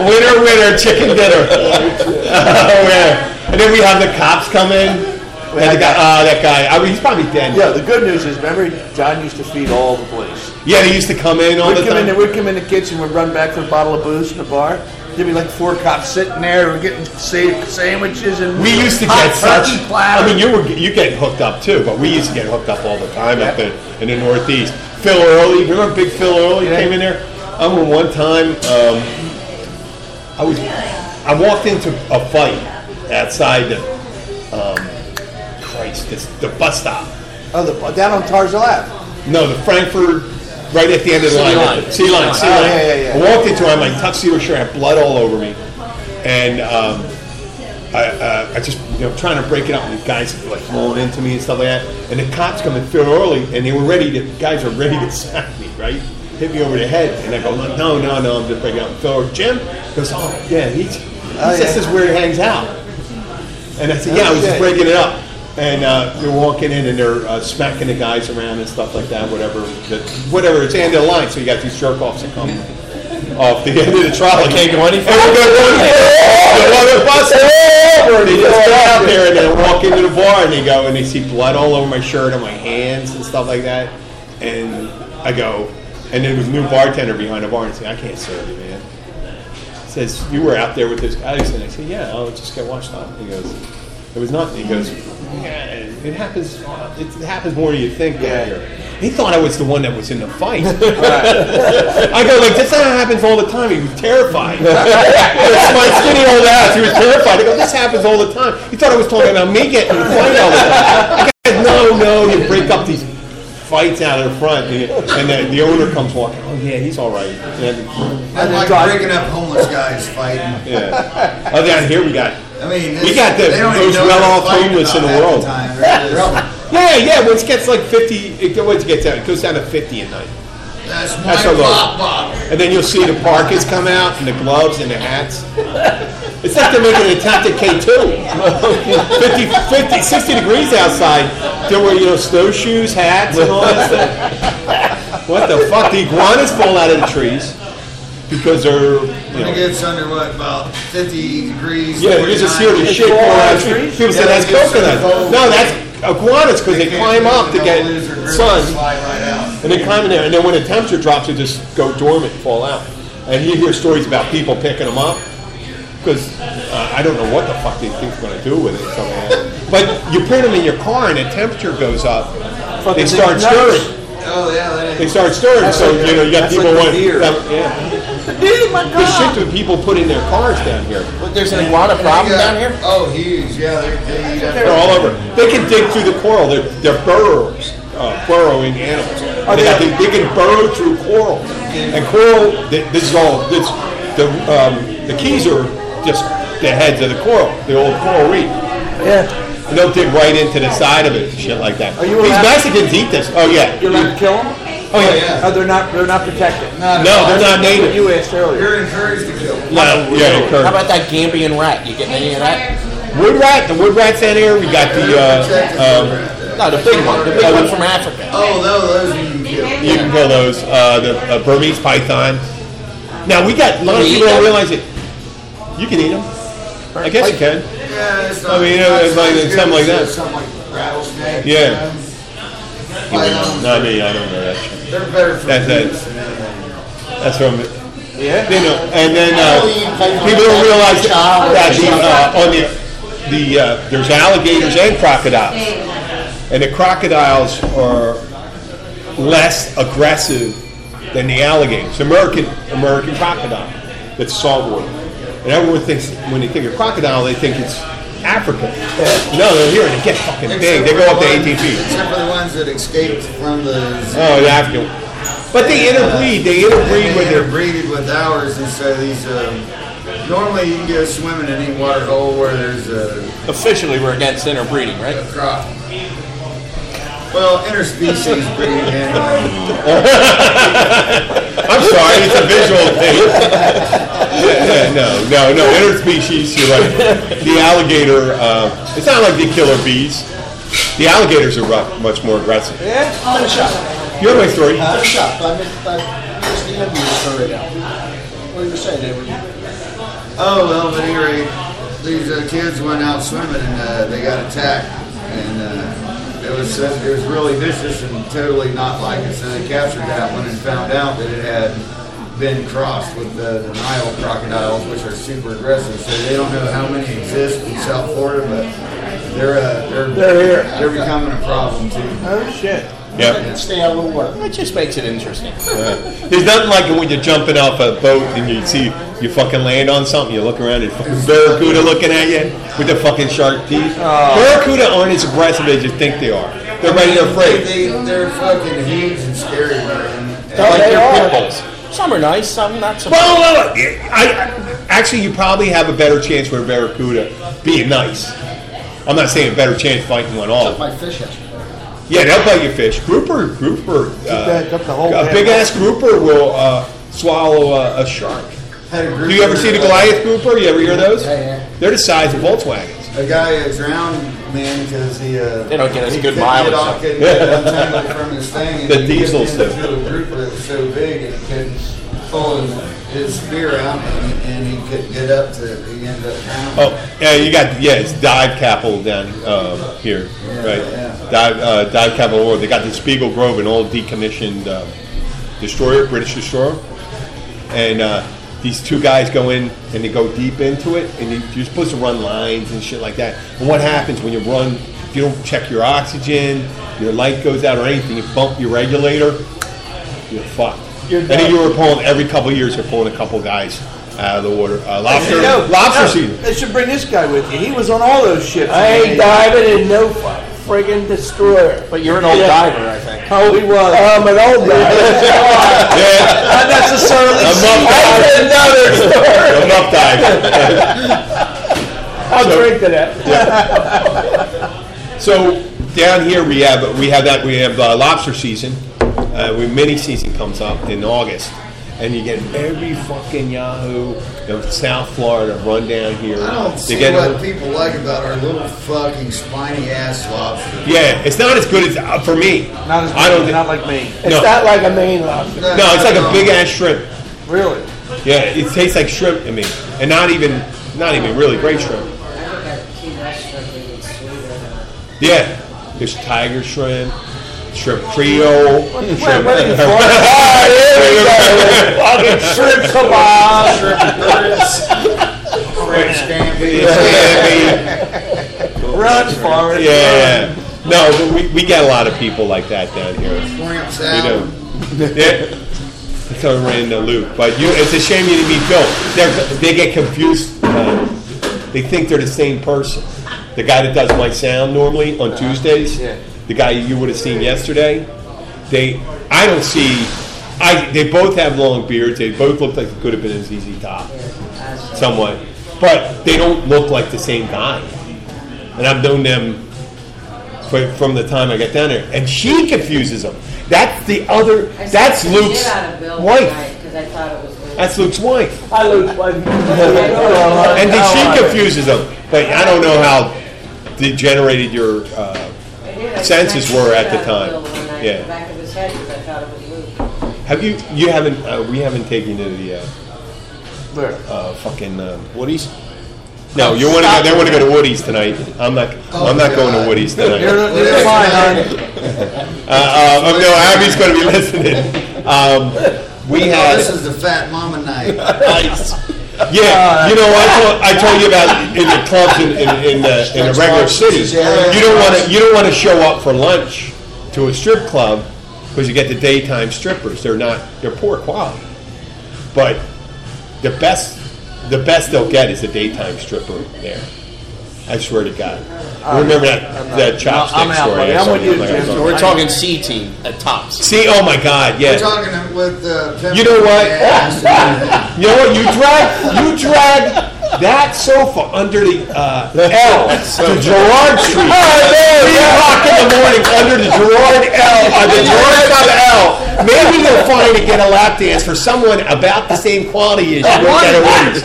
[SPEAKER 2] Winner, winner, chicken
[SPEAKER 9] (laughs)
[SPEAKER 2] dinner. oh, yeah. And then we have the cops come in. And the guy, ah, that guy. I mean, he's probably dead.
[SPEAKER 9] Yeah, the good news is, remember, John used to feed all the boys.
[SPEAKER 2] Yeah, they used to come in all
[SPEAKER 9] We'd
[SPEAKER 2] the
[SPEAKER 9] come, in there,
[SPEAKER 2] time.
[SPEAKER 9] we'd come in the kitchen, we'd run back for a bottle of booze in the bar. There'd be like four cops sitting there, we're getting sa- sandwiches and
[SPEAKER 2] We used to
[SPEAKER 9] hot
[SPEAKER 2] get such.
[SPEAKER 9] turkey
[SPEAKER 2] I
[SPEAKER 9] platter.
[SPEAKER 2] mean, you were you get hooked up too, but we used to get hooked up all the time up in, in the Northeast. Phil Early, remember Big Phil Early
[SPEAKER 9] Yeah.
[SPEAKER 2] came in there? I remember one time um, I was I walked into a fight outside the um, Christ, this, the bus stop.
[SPEAKER 9] oh, the, down on Tarzan Ave.
[SPEAKER 2] No, the Frankfurt, right at the end of the
[SPEAKER 6] Sea
[SPEAKER 2] line.
[SPEAKER 6] line.
[SPEAKER 2] Sea line, sea
[SPEAKER 9] Oh,
[SPEAKER 2] line.
[SPEAKER 9] yeah, yeah, yeah.
[SPEAKER 2] I walked into it, I'm like tuxedo shirt, I had blood all over me. And um, I, uh, I just, you know, trying to break it up, and the guys were like rolling into me and stuff like that. And the cops come in fair early, and they were ready to, the guys are ready to (laughs) smack me, right? Hit me over the head. And I go, like, no, no, no, I'm just breaking up. Phil, Jim goes, oh, yeah, he's, he says this is where he hangs out. And I said, yeah, I was just
[SPEAKER 9] Okay.
[SPEAKER 2] breaking it up. And uh, they're walking in and they're uh, smacking the guys around and stuff like that, whatever, that, whatever. It's the end of the line, so you got these jerk offs that come off the (laughs) end of the trolley.
[SPEAKER 6] Can't go any
[SPEAKER 2] And we're going to the other bus is over, and they just go out there and they walk into the bar and they go and they see blood all over my shirt on my hands and stuff like that. And I go, and there was a new bartender behind the bar and said, I can't serve you, man. Says you were out there with this guy, and I said, Yeah, I just got washed up. He goes, There was nothing. He goes, Yeah, it happens. It happens more than you think. Yeah. He thought I was the one that was in the fight. I go like, this happens all the time. He was terrified. That's my skinny old ass. He was terrified. I go, this happens all the time. He thought I was talking about me getting in the fight all the time. I go, no, no, you break up these fights out in front, and, and then the owner comes walking. Oh yeah, he's all right. And,
[SPEAKER 5] I like breaking up homeless guys fighting.
[SPEAKER 2] yeah. Oh, down here we got.
[SPEAKER 5] I mean,
[SPEAKER 2] we
[SPEAKER 5] this-
[SPEAKER 2] got the
[SPEAKER 5] they don't even
[SPEAKER 2] most
[SPEAKER 5] know what
[SPEAKER 2] well-off
[SPEAKER 5] they're fighting
[SPEAKER 2] homeless in the
[SPEAKER 5] about half the
[SPEAKER 2] world. (laughs)
[SPEAKER 5] time. They're just-
[SPEAKER 2] yeah, yeah. Once it gets like fifty, it go- once it gets out, it goes down to fifty at night.
[SPEAKER 5] That's my
[SPEAKER 2] That's our logo.
[SPEAKER 5] pop pop.
[SPEAKER 2] And then you'll see the parkas come out, and the gloves, and the hats. It's like they're making an attempt at K2. 50, 50, 60 degrees outside. They're wearing, you know, snowshoes, hats, and all that stuff. What the fuck? The iguanas fall out of the trees because they're, you
[SPEAKER 5] When it
[SPEAKER 2] know,
[SPEAKER 5] gets under what about 50 degrees?
[SPEAKER 2] yeah, you just hear the
[SPEAKER 5] 49.
[SPEAKER 2] shit pour out of trees. People say
[SPEAKER 5] Yeah,
[SPEAKER 2] that's
[SPEAKER 5] it gets so
[SPEAKER 2] coconut.
[SPEAKER 5] cold.
[SPEAKER 2] No, that's iguanas because they
[SPEAKER 5] can't
[SPEAKER 2] climb
[SPEAKER 5] do it,
[SPEAKER 2] up to
[SPEAKER 5] they'll
[SPEAKER 2] get
[SPEAKER 5] lose their grip and
[SPEAKER 2] sun.
[SPEAKER 5] Slide right out.
[SPEAKER 2] And they climb in there, and then when the temperature drops, they just go dormant and fall out. And you hear stories about people picking them up because uh, I don't know what the fuck they think's going to do with it. so, uh, But you put them in your car, and the temperature goes up. They
[SPEAKER 9] Fucking
[SPEAKER 2] start
[SPEAKER 9] nuts.
[SPEAKER 2] stirring.
[SPEAKER 5] Oh yeah, that
[SPEAKER 2] They start stirring.
[SPEAKER 9] That's
[SPEAKER 2] So
[SPEAKER 9] like a-
[SPEAKER 2] you know you got
[SPEAKER 9] that's
[SPEAKER 2] people want.
[SPEAKER 9] like a deer. (laughs) Oh
[SPEAKER 2] Yeah. The shit that people put in their cars down here.
[SPEAKER 6] But there's an iguana problem
[SPEAKER 5] Yeah.
[SPEAKER 6] down here?
[SPEAKER 5] Oh, huge. Yeah, they're, they eat
[SPEAKER 2] They're all over. They can dig through the coral. They're, they're burrowers, uh, burrowing animals. They, got- they, they can burrow through coral. And coral, th- this is all, this, the, um, the keys are just the heads of the coral, the old coral reef.
[SPEAKER 9] Yeah.
[SPEAKER 2] And they'll dig right into the side of it and shit like that.
[SPEAKER 9] Are you
[SPEAKER 2] These
[SPEAKER 9] allowed-
[SPEAKER 2] Mexicans eat this. Oh, yeah.
[SPEAKER 9] You're allowed to kill them?
[SPEAKER 2] Oh, yeah.
[SPEAKER 5] yeah.
[SPEAKER 9] Oh, they're not. They're not protected.
[SPEAKER 5] Not
[SPEAKER 2] No, they're not
[SPEAKER 9] What
[SPEAKER 2] native.
[SPEAKER 9] you asked earlier.
[SPEAKER 5] You're encouraged to kill.
[SPEAKER 2] No, yeah, you're
[SPEAKER 6] How about
[SPEAKER 2] correct.
[SPEAKER 6] that Gambian rat? You getting any of that?
[SPEAKER 2] Wood rat, the wood rat's down here. We got the, uh, um,
[SPEAKER 6] No, the big one. The big one from Africa.
[SPEAKER 5] Oh no, those you can kill.
[SPEAKER 2] You can kill those. Uh, the uh, Burmese python. Now we got. A lot
[SPEAKER 6] We
[SPEAKER 2] of
[SPEAKER 6] eat
[SPEAKER 2] people don't
[SPEAKER 6] them?
[SPEAKER 2] realize it. You can eat them. I guess you can.
[SPEAKER 5] Yeah, it's not,
[SPEAKER 2] I mean, you know,
[SPEAKER 5] not
[SPEAKER 2] it's
[SPEAKER 5] so
[SPEAKER 2] like-
[SPEAKER 5] good
[SPEAKER 2] something like
[SPEAKER 5] as, uh,
[SPEAKER 2] that.
[SPEAKER 5] Something like rattlesnake.
[SPEAKER 2] Yeah.
[SPEAKER 5] you know? Like, um,
[SPEAKER 2] Not me. I don't know that. shit.
[SPEAKER 5] they're better for
[SPEAKER 2] That's
[SPEAKER 5] meat
[SPEAKER 2] it.
[SPEAKER 5] than anything.
[SPEAKER 2] That's from.
[SPEAKER 9] Yeah.
[SPEAKER 2] You know, and then uh, people don't realize that the, uh, on the the uh, there's alligators and crocodiles, and the crocodiles are less aggressive than the alligators. American American crocodile that's saltwater, and everyone thinks when they think of crocodile they think it's Africa. No, they're here and they get fucking big. They go up to 18 feet.
[SPEAKER 5] Except for the ones that escaped from the zoo.
[SPEAKER 2] Oh, the African. But they interbreed. They interbreed
[SPEAKER 5] they
[SPEAKER 2] Uh, with their
[SPEAKER 5] interbreeded with ours, and so these. Um, normally, you can go swimming in any water hole where there's a
[SPEAKER 6] Officially, we're against interbreeding, right?
[SPEAKER 5] crop. Well, interspecies breeding anyway.
[SPEAKER 2] I'm sorry, it's a visual thing. Yeah, no, no, no, interspecies, you're right. The alligator, uh, it's not like the killer bees. The alligators are rough, much more aggressive.
[SPEAKER 9] Yeah. I'm in shock.
[SPEAKER 2] You know my story?
[SPEAKER 7] I'm shocked. I missed, I missed the interview already. What did you say, David?
[SPEAKER 5] Oh well, but anyway, these uh, kids went out swimming and uh, they got attacked, and uh, it was uh, it was really vicious and totally not like it. So they captured that one and found out that it had been crossed with the, the Nile crocodiles, which are super aggressive. So they don't know how many exist in South Florida, but they're uh, they're
[SPEAKER 9] They're here.
[SPEAKER 5] They're becoming a problem too.
[SPEAKER 9] Oh shit.
[SPEAKER 2] Yeah.
[SPEAKER 7] Stay out of the water.
[SPEAKER 6] It just makes it interesting.
[SPEAKER 2] There's nothing like it when you're jumping off a boat and you see you fucking land on something. You look around and fucking barracuda looking at you with the fucking shark teeth.
[SPEAKER 9] Oh.
[SPEAKER 2] Barracuda aren't as aggressive as you think they are. They're ready. They're afraid.
[SPEAKER 5] They, they're fucking huge and scary. man. And-
[SPEAKER 6] They're like
[SPEAKER 9] they
[SPEAKER 6] your
[SPEAKER 9] are.
[SPEAKER 6] pit bulls. Some are nice, some not so much.
[SPEAKER 2] Well, well, well, I, I- actually, you probably have a better chance with a barracuda being nice. I'm not saying a better chance fighting one off.
[SPEAKER 7] My fish yesterday.
[SPEAKER 2] Yeah, they'll bite your fish. Grouper, grouper. uh,
[SPEAKER 9] that up the whole
[SPEAKER 2] a
[SPEAKER 9] damn-
[SPEAKER 2] big ass grouper will uh, swallow a, a shark.
[SPEAKER 5] Had a
[SPEAKER 2] Do
[SPEAKER 5] group
[SPEAKER 2] you ever
[SPEAKER 5] of-
[SPEAKER 2] see the Goliath grouper? You ever hear those?
[SPEAKER 7] Yeah, yeah.
[SPEAKER 2] They're the size of Volkswagens.
[SPEAKER 5] A guy who drowned, man, because he. Uh,
[SPEAKER 6] They don't get us
[SPEAKER 5] he
[SPEAKER 6] good
[SPEAKER 5] couldn't
[SPEAKER 6] mileage,
[SPEAKER 5] Get off,
[SPEAKER 6] though.
[SPEAKER 5] couldn't get untangled from his thing. and
[SPEAKER 2] The
[SPEAKER 5] he
[SPEAKER 2] diesels
[SPEAKER 5] dipped
[SPEAKER 2] do.
[SPEAKER 5] into a grouper that was so big and he couldn't. pull his, his beer out and, and he couldn't get up to, he ended up down.
[SPEAKER 2] Oh, yeah, you got yeah, it's dive capital down um, here, right? Dive uh, dive capital. War. They got the Spiegel Grove, an old decommissioned um, destroyer, British destroyer, and uh, these two guys go in and they go deep into it, and you, you're supposed to run lines and shit like that. And what happens when you run? If you don't check your oxygen, your light goes out or anything, you bump your regulator, you're fucked.
[SPEAKER 11] You're
[SPEAKER 2] and then
[SPEAKER 11] done.
[SPEAKER 2] you were pulling every couple of years, you're pulling a couple guys out of the water. Uh, lobster,
[SPEAKER 9] You know,
[SPEAKER 2] lobster
[SPEAKER 9] no,
[SPEAKER 2] season.
[SPEAKER 9] They should bring this guy with you. He was on all those ships.
[SPEAKER 11] I ain't diving in no friggin' destroyer.
[SPEAKER 6] But you're an old diver, I think.
[SPEAKER 11] Oh, he was. I'm an
[SPEAKER 9] (laughs)
[SPEAKER 11] old diver.
[SPEAKER 9] Not necessarily.
[SPEAKER 11] That's another story.
[SPEAKER 2] I'm up diving.
[SPEAKER 11] I'll drink to that.
[SPEAKER 2] So down here we have we have that we have uh, lobster season. Uh, we mini season comes up in August, and you get every fucking Yahoo of South Florida run down here.
[SPEAKER 5] I don't
[SPEAKER 2] They
[SPEAKER 5] see
[SPEAKER 2] get-
[SPEAKER 5] what people like about our little fucking spiny ass
[SPEAKER 2] (laughs)
[SPEAKER 5] lobster.
[SPEAKER 2] yeah, it's not as good as uh, for me. Not as I don't not
[SPEAKER 9] like me.
[SPEAKER 11] It's not like a Maine lobster.
[SPEAKER 2] no, it's like a big ass shrimp.
[SPEAKER 9] Really?
[SPEAKER 2] Yeah, it tastes like shrimp to me, and not even not even really great shrimp. Yeah, there's tiger shrimp, shrimp creole. shrimp-
[SPEAKER 11] (laughs)
[SPEAKER 2] (laughs)
[SPEAKER 11] Ah, Fucking shrimp kebab.
[SPEAKER 5] French scampi.
[SPEAKER 9] Run, Forrest.
[SPEAKER 2] Yeah, yeah. No, but we, we get a lot of people like that down here.
[SPEAKER 5] Clamp
[SPEAKER 2] We
[SPEAKER 5] salad.
[SPEAKER 2] (laughs) do. Yeah. It's kind of ran in the loop. But you, it's a shame you didn't meet Bill. They're, they get confused. Uh, they think they're the same person. The guy that does my sound normally on Tuesdays,
[SPEAKER 9] yeah.
[SPEAKER 2] the guy you would have seen yesterday, they, I don't see, I, they both have long beards. They both look like it could have been a ZZ Top, somewhat. But they don't look like the same guy. And I've known them fr- from the time I got down there. And she confuses them. That's the other. That's Luke's wife.
[SPEAKER 4] Because I thought it was Luke.
[SPEAKER 2] That's Luke's wife.
[SPEAKER 11] I look like.
[SPEAKER 4] Oh,
[SPEAKER 2] And then she confuses them. But I don't know how degenerated your uh,
[SPEAKER 4] I did, I
[SPEAKER 2] senses
[SPEAKER 4] smacked
[SPEAKER 2] were
[SPEAKER 4] the
[SPEAKER 2] at
[SPEAKER 4] shit
[SPEAKER 2] the
[SPEAKER 4] out of Bill
[SPEAKER 2] time.
[SPEAKER 4] when I- the
[SPEAKER 2] Yeah.
[SPEAKER 4] back of his head 'cause I thought it was Luke.
[SPEAKER 2] Have you? You haven't. Uh, we haven't taken to the uh,
[SPEAKER 9] Where?
[SPEAKER 2] uh, fucking uh, Woody's. No, you want to go? They want to go to Woody's tonight. I'm not. I'm not going to Woody's tonight.
[SPEAKER 9] You're, you're fine, hon.
[SPEAKER 2] Uh, uh, no, Abby's going to be listening. Um, we
[SPEAKER 5] Oh,
[SPEAKER 2] had.
[SPEAKER 5] this is the fat mama night.
[SPEAKER 2] Nice. Yeah, you know, I told, I told you about in the clubs in, in, in the in the regular city. You don't want to you don't want to show up for lunch to a strip club because you get the daytime strippers. They're not they're poor quality, but the best the best they'll get is the daytime stripper there. I swear to God. I remember that that chopstick
[SPEAKER 9] I'm out,
[SPEAKER 2] story.
[SPEAKER 9] buddy.
[SPEAKER 2] I
[SPEAKER 9] I'm
[SPEAKER 2] saw
[SPEAKER 9] with
[SPEAKER 2] you
[SPEAKER 9] you,
[SPEAKER 2] like I
[SPEAKER 9] Jim.
[SPEAKER 2] saw-
[SPEAKER 9] So
[SPEAKER 6] We're talking C team at tops.
[SPEAKER 2] See, oh my God,
[SPEAKER 5] We're
[SPEAKER 2] yeah.
[SPEAKER 5] talking with uh, pimp
[SPEAKER 2] You know what?
[SPEAKER 5] ass.
[SPEAKER 2] You know what? You drag you drag that sofa under the uh, L to Gerard
[SPEAKER 11] Oh,
[SPEAKER 2] Street. Three o'clock in the morning under the Gerard L on the Gerard Club L. Maybe you'll find and get a lap dance for someone about the same quality as you would get a woman's.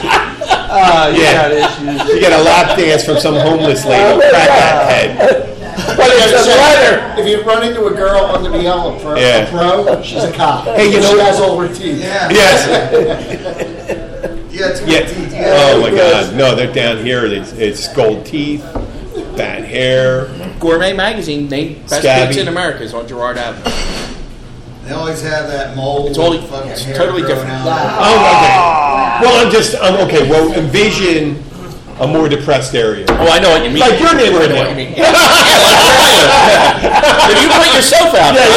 [SPEAKER 9] Uh, you
[SPEAKER 2] Yeah.
[SPEAKER 9] got issues.
[SPEAKER 2] You get a lap dance from some homeless lady. Crack that head.
[SPEAKER 11] But it's a letter.
[SPEAKER 12] If you run into a girl on the BL, a pro,
[SPEAKER 2] Yeah.
[SPEAKER 12] a pro she's a cop.
[SPEAKER 2] Hey, you know-
[SPEAKER 12] she has all her teeth.
[SPEAKER 5] Yeah.
[SPEAKER 2] Yes.
[SPEAKER 5] Yeah, it's
[SPEAKER 2] Yeah.
[SPEAKER 5] yeah.
[SPEAKER 2] Oh my God. No, they're down here. It's, it's gold teeth, bad hair.
[SPEAKER 6] Gourmet magazine named best
[SPEAKER 2] Scabby.
[SPEAKER 6] kids in America is on Gerard Avenue.
[SPEAKER 5] They always have that mold.
[SPEAKER 6] It's totally-
[SPEAKER 5] with fucking
[SPEAKER 6] it's
[SPEAKER 5] hair
[SPEAKER 6] totally
[SPEAKER 5] growing
[SPEAKER 6] different.
[SPEAKER 5] out.
[SPEAKER 2] Oh, okay. Well, I'm just, I'm okay. Well, envision a more depressed area.
[SPEAKER 6] Oh, I know what you mean.
[SPEAKER 2] Like your neighborhood.
[SPEAKER 6] I know what you
[SPEAKER 2] (laughs)
[SPEAKER 6] mean. Yeah, yeah, if you put yourself out,
[SPEAKER 2] Yeah, yeah.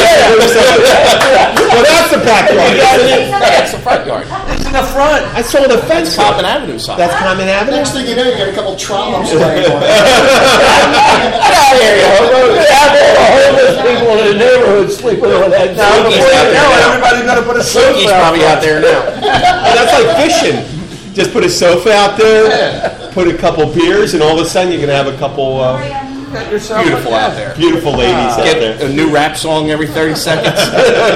[SPEAKER 2] well, that's the
[SPEAKER 6] You got
[SPEAKER 2] backyard.
[SPEAKER 6] it in. That's the front yard.
[SPEAKER 9] It's in the front.
[SPEAKER 2] I saw the fence.
[SPEAKER 6] Common Avenue side.
[SPEAKER 2] That's
[SPEAKER 6] (laughs)
[SPEAKER 2] Common Avenue.
[SPEAKER 12] Next thing you know, you got a couple traumas going
[SPEAKER 2] (laughs)
[SPEAKER 12] on.
[SPEAKER 11] Get out of here, you hobo. Get out there. The homeless people in the neighborhood sleeping on that.
[SPEAKER 6] No,
[SPEAKER 11] sofa.
[SPEAKER 6] before you know it,
[SPEAKER 9] Everybody's gonna put a sofa
[SPEAKER 6] He's
[SPEAKER 9] out
[SPEAKER 6] probably
[SPEAKER 9] front.
[SPEAKER 6] out there now.
[SPEAKER 2] Oh, that's like fishing. Just put a sofa out there, put a couple beers, and all of a sudden you're gonna have a couple uh,
[SPEAKER 9] Got yourself
[SPEAKER 6] Beautiful
[SPEAKER 9] like
[SPEAKER 6] out
[SPEAKER 9] that.
[SPEAKER 6] there.
[SPEAKER 2] beautiful ladies out
[SPEAKER 6] Get
[SPEAKER 2] there.
[SPEAKER 6] a new rap song every 30 (laughs) seconds.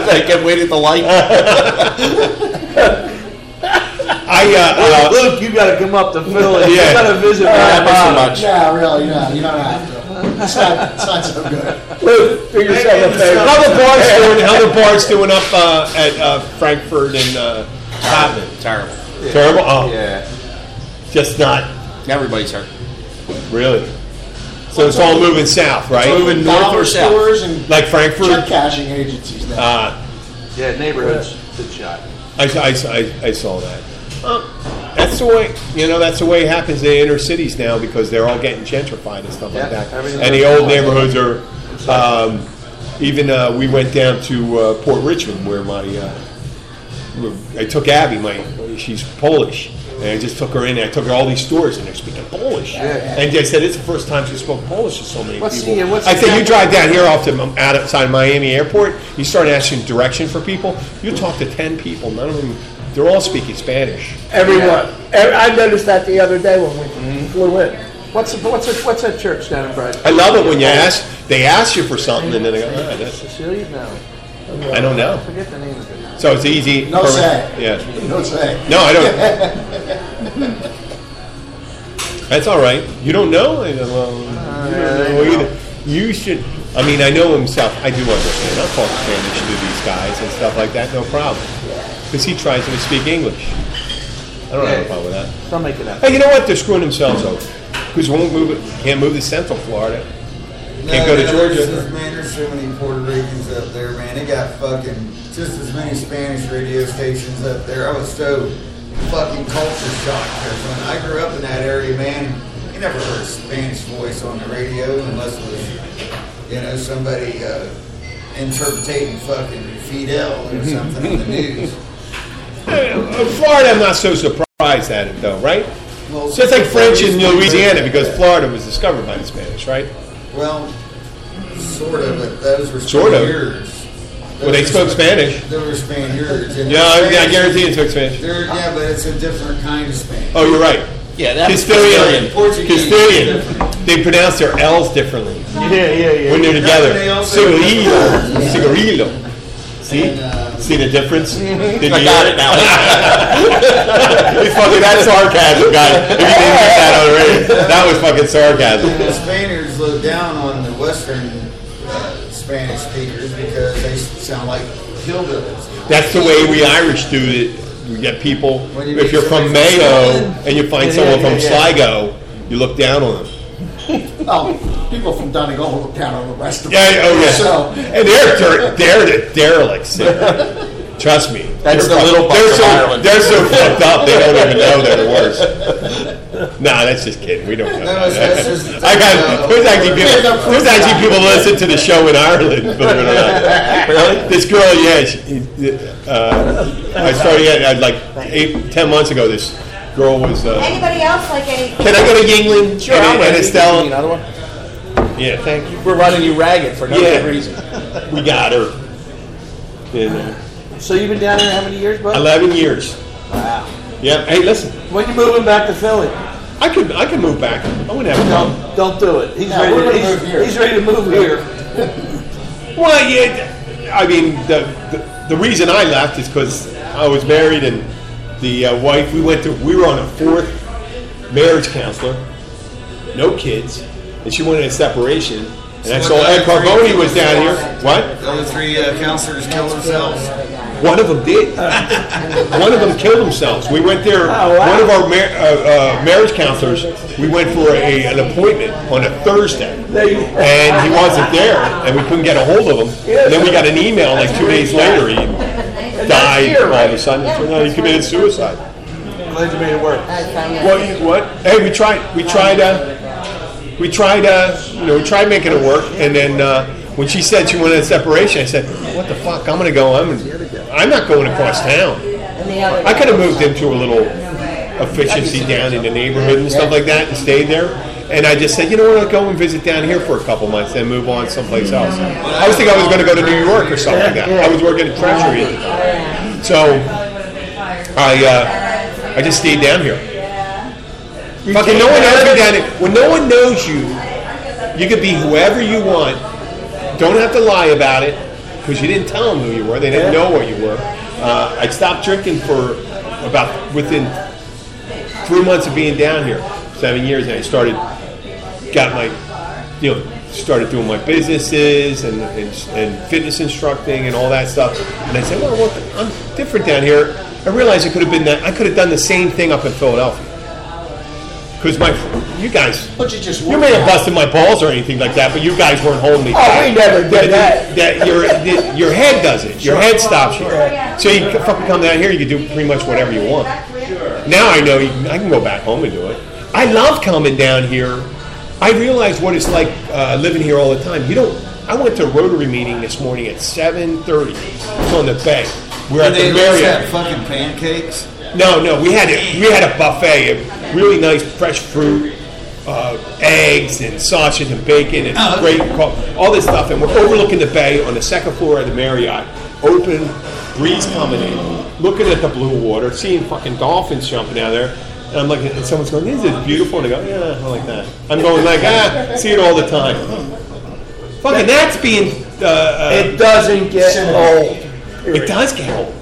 [SPEAKER 6] they get waited the light.
[SPEAKER 2] I uh, uh,
[SPEAKER 9] Luke, you gotta come up to Philly.
[SPEAKER 2] Yeah.
[SPEAKER 9] You gotta visit my
[SPEAKER 11] Uh,
[SPEAKER 6] That
[SPEAKER 9] mom.
[SPEAKER 6] was too much.
[SPEAKER 12] yeah, really, no, you don't have to. It's not, it's not so good.
[SPEAKER 11] Luke, do yourself a favor.
[SPEAKER 2] how the bars doing? How the bars doing up uh, at uh, Frankfurt and uh,
[SPEAKER 6] Happened. Terrible.
[SPEAKER 2] Terrible? Oh.
[SPEAKER 6] Yeah.
[SPEAKER 2] Just not.
[SPEAKER 6] Everybody's hurt.
[SPEAKER 2] Really? So it's all moving south, right?
[SPEAKER 12] It's moving north or south. Stores and
[SPEAKER 2] like Frankfurt.
[SPEAKER 12] Check cashing agencies now.
[SPEAKER 2] Ah,
[SPEAKER 9] Yeah, neighborhoods. Good shot.
[SPEAKER 2] I, I, I, I saw that. That's the way you know. That's the way it happens in inner cities now because they're all getting gentrified and stuff like
[SPEAKER 9] Yeah,
[SPEAKER 2] that.
[SPEAKER 9] everything-
[SPEAKER 2] And the old neighborhoods are. Um, even uh, we went down to uh, Port Richmond where my uh, I took Abby. My she's Polish, and I just took her in. And I took her to all these stores and they're speaking Polish.
[SPEAKER 9] Yeah.
[SPEAKER 2] And I said it's the first time she spoke Polish to so many
[SPEAKER 9] What's
[SPEAKER 2] people.
[SPEAKER 9] the- what's
[SPEAKER 2] I
[SPEAKER 9] the
[SPEAKER 2] said you
[SPEAKER 9] exact-
[SPEAKER 2] drive down here off to outside Miami Airport, you start asking direction for people. You talk to ten people, none of them. They're all speaking Spanish.
[SPEAKER 11] Everyone. Ev- I noticed that the other day when we flew in.
[SPEAKER 9] Mm-hmm. What's what's a, what's that church down in Brighton?
[SPEAKER 2] I love it when you ask, they ask you for something, and then they go, "Ah, that's,
[SPEAKER 9] Cecilia? No.
[SPEAKER 2] I don't know.
[SPEAKER 9] Forget the name of it.
[SPEAKER 2] So it's easy.
[SPEAKER 12] No
[SPEAKER 2] for-
[SPEAKER 12] say.
[SPEAKER 2] Yeah.
[SPEAKER 12] No say.
[SPEAKER 2] No, I That's all right. You don't know? I know, well, you don't know either. You should. I mean, I know himself. I do understand. I'll talk Spanish to these guys and stuff like that. No problem. Because he tries to speak English. I don't have a problem with that.
[SPEAKER 9] Don't make it up.
[SPEAKER 2] Hey, you know what? They're screwing themselves over. Because won't move it. Can't move to Central Florida. Can't go to
[SPEAKER 5] man, There's,
[SPEAKER 2] Georgia.
[SPEAKER 5] man, there's so many Puerto Ricans up there, man. They got fucking just as many Spanish radio stations up there. I was so fucking culture shocked because when I grew up in that area, man, you never heard a Spanish voice on the radio unless it was, you know, somebody uh, interpreting fucking Fidel
[SPEAKER 2] Mm-hmm.
[SPEAKER 5] or something in the news.
[SPEAKER 2] Uh, Florida, I'm not so surprised at it though, right? (laughs) so it's like French in Louisiana because Florida was discovered by the Spanish, right?
[SPEAKER 5] Well, sort of, but those were
[SPEAKER 2] Sort of.
[SPEAKER 5] Spaniards.
[SPEAKER 2] Well, they
[SPEAKER 5] Those
[SPEAKER 2] spoke
[SPEAKER 5] were-
[SPEAKER 2] Spanish.
[SPEAKER 5] They were Spaniards. and
[SPEAKER 2] Yeah, I- yeah, I
[SPEAKER 5] Spanish-
[SPEAKER 2] guarantee it spoke Spanish.
[SPEAKER 5] They're- Yeah, but it's a different kind of Spanish.
[SPEAKER 2] Oh, you're right.
[SPEAKER 6] Yeah, that was
[SPEAKER 2] Castilian.
[SPEAKER 6] Castilian.
[SPEAKER 5] Portuguese.
[SPEAKER 2] Castilian. They pronounce their L's differently
[SPEAKER 9] Yeah, yeah, yeah.
[SPEAKER 2] when they're
[SPEAKER 9] yeah.
[SPEAKER 2] together.
[SPEAKER 9] They also-
[SPEAKER 2] Cigarillo. Cigarillo. See?
[SPEAKER 5] uh,
[SPEAKER 2] See the difference? Did you got it now. (laughs) it's fucking that sarcasm, guys. If you didn't get that already, that was fucking sarcasm.
[SPEAKER 5] The Spaniards look down on the Western uh, Spanish speakers because they s- sound like hillbillies.
[SPEAKER 2] That's the way we Irish do it. We get people.
[SPEAKER 5] When you
[SPEAKER 2] If
[SPEAKER 5] meet
[SPEAKER 2] you're from
[SPEAKER 5] somebody from
[SPEAKER 2] Mayo
[SPEAKER 5] Scotland.
[SPEAKER 2] and you find
[SPEAKER 5] Yeah,
[SPEAKER 2] someone
[SPEAKER 5] yeah,
[SPEAKER 2] from
[SPEAKER 5] yeah,
[SPEAKER 2] Sligo, you look down on them.
[SPEAKER 12] Oh, people from Donegal look down on the rest of
[SPEAKER 2] Yeah. yeah, Oh yeah.
[SPEAKER 12] So,
[SPEAKER 2] and they're der- they're the derelicts.
[SPEAKER 5] (laughs)
[SPEAKER 2] there. Trust me.
[SPEAKER 6] That's the
[SPEAKER 2] They're fuck-
[SPEAKER 6] little
[SPEAKER 2] They're
[SPEAKER 6] fucks
[SPEAKER 2] so
[SPEAKER 6] of Ireland.
[SPEAKER 2] they're so fucked up. They don't even know they're the worst. Nah, that's just kidding. We don't know.
[SPEAKER 5] That was-
[SPEAKER 2] that.
[SPEAKER 5] that's just-
[SPEAKER 2] I got there's actually people there's actually people listen to the show in Ireland. Believe it or
[SPEAKER 6] (laughs)
[SPEAKER 2] not. Really? This girl, yeah. She, uh, I started at, at like eight, ten months ago. This girl was. Uh,
[SPEAKER 13] Anybody else like any?
[SPEAKER 2] can I go to Yingling?
[SPEAKER 6] Sure,
[SPEAKER 2] and,
[SPEAKER 6] I'll
[SPEAKER 2] and
[SPEAKER 6] let you.
[SPEAKER 2] Estelle.
[SPEAKER 6] You need another one?
[SPEAKER 2] Yeah, thank you.
[SPEAKER 6] We're running you ragged for no
[SPEAKER 2] Yeah.
[SPEAKER 6] good reason.
[SPEAKER 2] We got her. uh, You know.
[SPEAKER 9] So you've been down there how many years, bud?
[SPEAKER 2] 11 years.
[SPEAKER 9] Wow.
[SPEAKER 2] Yep. Hey, listen.
[SPEAKER 9] When you moving back to Philly?
[SPEAKER 2] I could I could move back. I wouldn't have a problem.
[SPEAKER 9] Don't, don't do it. He's,
[SPEAKER 12] No, we're
[SPEAKER 9] ready
[SPEAKER 12] gonna
[SPEAKER 9] to, he's,
[SPEAKER 12] move here.
[SPEAKER 9] he's ready to move here.
[SPEAKER 2] Well, yeah. I mean, the the, the reason I left is because I was married and the uh, wife. We went to we were on a fourth marriage counselor, no kids, and she wanted a separation. And I saw Ed Carboni was down here. What?
[SPEAKER 5] The other three uh, counselors killed themselves.
[SPEAKER 2] One of them did. one of them killed themselves. We went there. One of our mar- uh, uh, marriage counselors. We went for a, an appointment on a Thursday, and he wasn't there, and we couldn't get a hold of him. And then we got an email like two days later. He died all of a sudden. It turned out he committed suicide.
[SPEAKER 9] Glad you made it work.
[SPEAKER 2] What? you- What? Hey, we tried. We tried. Uh, we tried. Uh, you know, we tried making it work, and then. Uh, when she said she wanted a separation, I said, "What the fuck? I'm gonna go. I'm, I'm not going across town." I could have moved into a little efficiency down in the neighborhood and stuff like that and stayed there. And I just said, you know what, I'll go and visit down here for a couple months and move on someplace else. I was thinking I was going to go to New York or something like that. I was working at Treasury at the time. So I, uh, I just stayed down here. Fucking no one knows me down here. When no one knows you, you could be whoever you want. Don't have to lie about it because you didn't tell them who you were. They didn't know where you were. Uh, I stopped drinking for about within three months of being down here, seven years, and I started got my you know started doing my businesses and, and, and fitness instructing and all that stuff. And I said, well, what the, I'm different down here. I realized it could have been that. I could have done the same thing up in Philadelphia. Because my, you guys,
[SPEAKER 12] But you just
[SPEAKER 2] you may have busted my balls or anything like that, but you guys weren't holding me.
[SPEAKER 12] Oh, we never did
[SPEAKER 2] But the-
[SPEAKER 12] that.
[SPEAKER 2] That your the- your head does it. Your
[SPEAKER 12] Sure. Oh,
[SPEAKER 2] head stops you.
[SPEAKER 12] Sure.
[SPEAKER 2] So you can fucking come down here. You can do pretty much whatever you want. Now I know you, can- I can go back home and do it. I love coming down here. I realize what it's like uh, living here all the time. You don't. I went to a Rotary meeting this morning at seven thirty. It's on the bank. We're at
[SPEAKER 5] Did
[SPEAKER 2] the
[SPEAKER 5] they at least
[SPEAKER 2] Marriott.
[SPEAKER 5] have fucking pancakes.
[SPEAKER 2] No, no, we had a, we had a buffet of really nice fresh fruit, uh, eggs and sausage and bacon and
[SPEAKER 12] Oh, okay.
[SPEAKER 2] great co- all this stuff, and we're overlooking the bay on the second floor of the Marriott. Open breeze coming in, looking at the blue water, seeing fucking dolphins jumping out there. And I'm looking, and someone's going, "This is beautiful." And I go, "Yeah, I like that." I'm going like, "Ah, see it all the time." Fucking, that's being. Uh, uh,
[SPEAKER 9] It doesn't get old.
[SPEAKER 2] It does get old.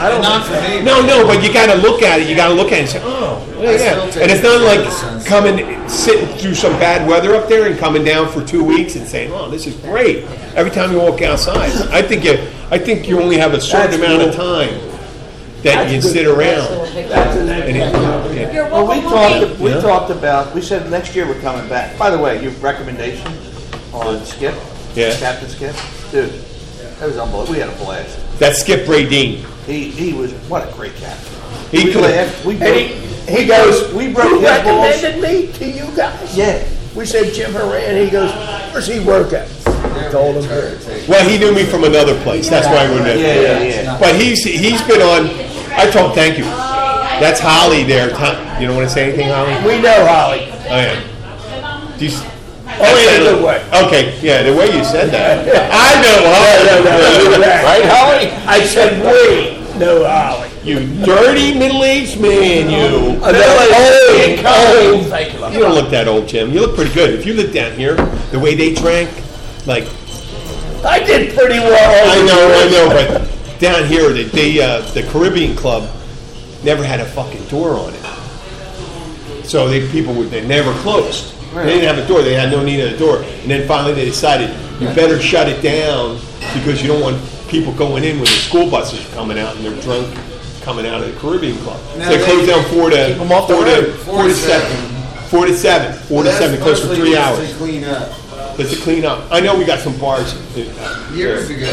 [SPEAKER 9] I don't
[SPEAKER 5] Not for me.
[SPEAKER 2] No, no, but you got to look at it. You got to look at it and say, oh, yeah,
[SPEAKER 5] I
[SPEAKER 2] yeah.
[SPEAKER 5] still take
[SPEAKER 2] And it's
[SPEAKER 5] it
[SPEAKER 2] not
[SPEAKER 5] for
[SPEAKER 2] like
[SPEAKER 5] the sunset.
[SPEAKER 2] coming, sitting through some bad weather up there and coming down for two weeks and saying, oh, this is great. Every time you walk outside, I think you, I think you only have a certain
[SPEAKER 9] That's
[SPEAKER 2] amount of
[SPEAKER 9] cool.
[SPEAKER 2] time that you can sit around.
[SPEAKER 9] That's an
[SPEAKER 2] And it- yeah.
[SPEAKER 9] Well, we talked, we
[SPEAKER 2] Yeah.
[SPEAKER 9] talked about, we said next year we're coming back. By the way, your recommendation on Skip?
[SPEAKER 2] Yeah.
[SPEAKER 9] Captain Skip? Dude, that was unbelievable. We had a blast.
[SPEAKER 2] That's Skip Bradeen.
[SPEAKER 9] He, he was, what a great captain.
[SPEAKER 2] He
[SPEAKER 9] We
[SPEAKER 2] could-
[SPEAKER 9] laughed, we
[SPEAKER 2] and
[SPEAKER 9] broke,
[SPEAKER 2] he-
[SPEAKER 9] he goes, we broke
[SPEAKER 11] Who
[SPEAKER 9] his balls.
[SPEAKER 11] recommended me to you guys?
[SPEAKER 9] Yeah.
[SPEAKER 11] We said Jim Horan. He goes, where's he work at? I Told him here.
[SPEAKER 2] Well, he knew me from another place. That's why I wouldn't have.
[SPEAKER 9] Yeah, yeah, yeah.
[SPEAKER 2] But he's he's been on. I told thank you. That's Holly there. Tom, you don't want to say anything, Holly.
[SPEAKER 11] We know Holly.
[SPEAKER 2] Oh yeah. Do you, s-
[SPEAKER 11] Only in a good Oh, way.
[SPEAKER 2] Okay, yeah, the way you said that. I
[SPEAKER 11] No, no, no, no,
[SPEAKER 2] know Holly.
[SPEAKER 11] no.
[SPEAKER 2] Right, Holly?
[SPEAKER 11] I said we know Holly.
[SPEAKER 2] You dirty middle-aged man, you.
[SPEAKER 11] Middle-aged man.
[SPEAKER 2] Old, old. You don't look that old, Jim. You look pretty good. If you lived down here, the way they drank, like
[SPEAKER 11] I did pretty well.
[SPEAKER 2] I know, I know, but down here, the the, uh, the Caribbean club never had a fucking door on it. So they people would they never closed. They didn't have a door. They had no need of a door. And then finally, they decided you better shut it down because you don't want people going in when the school buses are coming out and they're drunk coming out of the Caribbean club.
[SPEAKER 5] Now
[SPEAKER 2] so they,
[SPEAKER 5] they-
[SPEAKER 2] closed down four to
[SPEAKER 5] Keep 'em off the
[SPEAKER 2] four to
[SPEAKER 5] road.
[SPEAKER 2] four to seven, four to seven, four to
[SPEAKER 5] That's
[SPEAKER 2] seven. Closed for
[SPEAKER 5] mostly
[SPEAKER 2] three
[SPEAKER 5] just
[SPEAKER 2] hours.
[SPEAKER 5] To clean up.
[SPEAKER 2] Just to clean up. I know we got some bars. uh,
[SPEAKER 5] Years ago.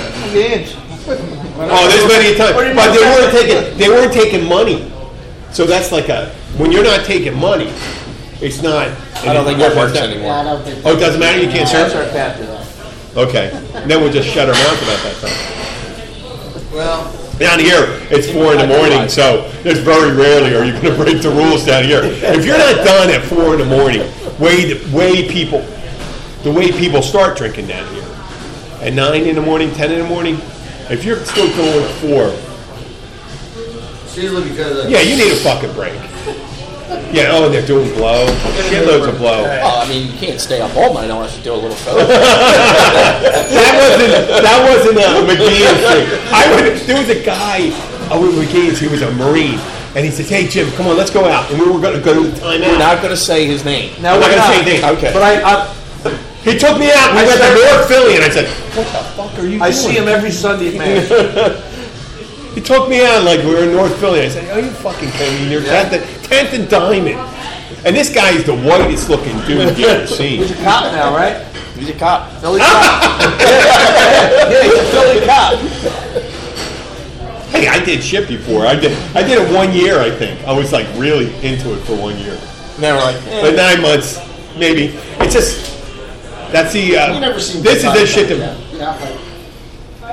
[SPEAKER 2] Oh, there's many times, but they weren't taking they weren't taking money. So that's like a when you're not taking money, it's not.
[SPEAKER 6] I don't think that works anymore.
[SPEAKER 12] I don't think.
[SPEAKER 2] Oh, it doesn't matter. You can't
[SPEAKER 9] That's
[SPEAKER 2] serve.
[SPEAKER 9] our captain.
[SPEAKER 12] (laughs)
[SPEAKER 2] Okay, and then we'll just shut our mouth about that stuff.
[SPEAKER 5] Well,
[SPEAKER 2] Down here, it's four in the morning, so there's very rarely are you going to (laughs) break the rules down here. If you're not done at four in the morning, way the way people, the way people start drinking down here, at nine in the morning, ten in the morning, if you're still going at four,
[SPEAKER 5] Sheila, because of
[SPEAKER 2] Yeah, you need a fucking break. Yeah, oh, they're doing blow. Shitloads of blow.
[SPEAKER 6] Oh, I mean, you can't stay up all night unless you do a little photo.
[SPEAKER 2] That wasn't that wasn't a McGeehan thing. I would, there was a guy oh, over at McGeehan's, he was a Marine, and he said, Hey Jim, come on, let's go out. And we were gonna go to
[SPEAKER 6] We're
[SPEAKER 2] timeout.
[SPEAKER 6] not going to say his name.
[SPEAKER 9] Now,
[SPEAKER 2] I'm not
[SPEAKER 9] we're
[SPEAKER 2] gonna
[SPEAKER 9] not,
[SPEAKER 2] say anything.
[SPEAKER 6] Okay.
[SPEAKER 9] But I, I,
[SPEAKER 2] He took me out, we
[SPEAKER 9] I
[SPEAKER 2] went to
[SPEAKER 9] said-
[SPEAKER 2] North Philly, and I said, What the fuck are you
[SPEAKER 9] I
[SPEAKER 2] doing?
[SPEAKER 9] see him every Sunday at Mass.
[SPEAKER 2] He took me out like we were in North Philly. I said, "Are you fucking kidding me? You're tenth, and, tenth and diamond." And this guy is the whitest looking dude you've ever seen.
[SPEAKER 9] He's a cop now, right?
[SPEAKER 6] He's a cop.
[SPEAKER 9] Philly cop.
[SPEAKER 5] (laughs)
[SPEAKER 9] Yeah, yeah, he's a Philly cop.
[SPEAKER 2] Hey, I did shit before. I did. I did it one year. I think I was like really into it for one year,
[SPEAKER 6] And they were like, eh.
[SPEAKER 2] but nine months maybe. It's just that's the. Uh,
[SPEAKER 12] You never seen.
[SPEAKER 2] this is
[SPEAKER 12] Big
[SPEAKER 2] the shit
[SPEAKER 12] Bang,
[SPEAKER 2] that
[SPEAKER 12] Yeah, yeah,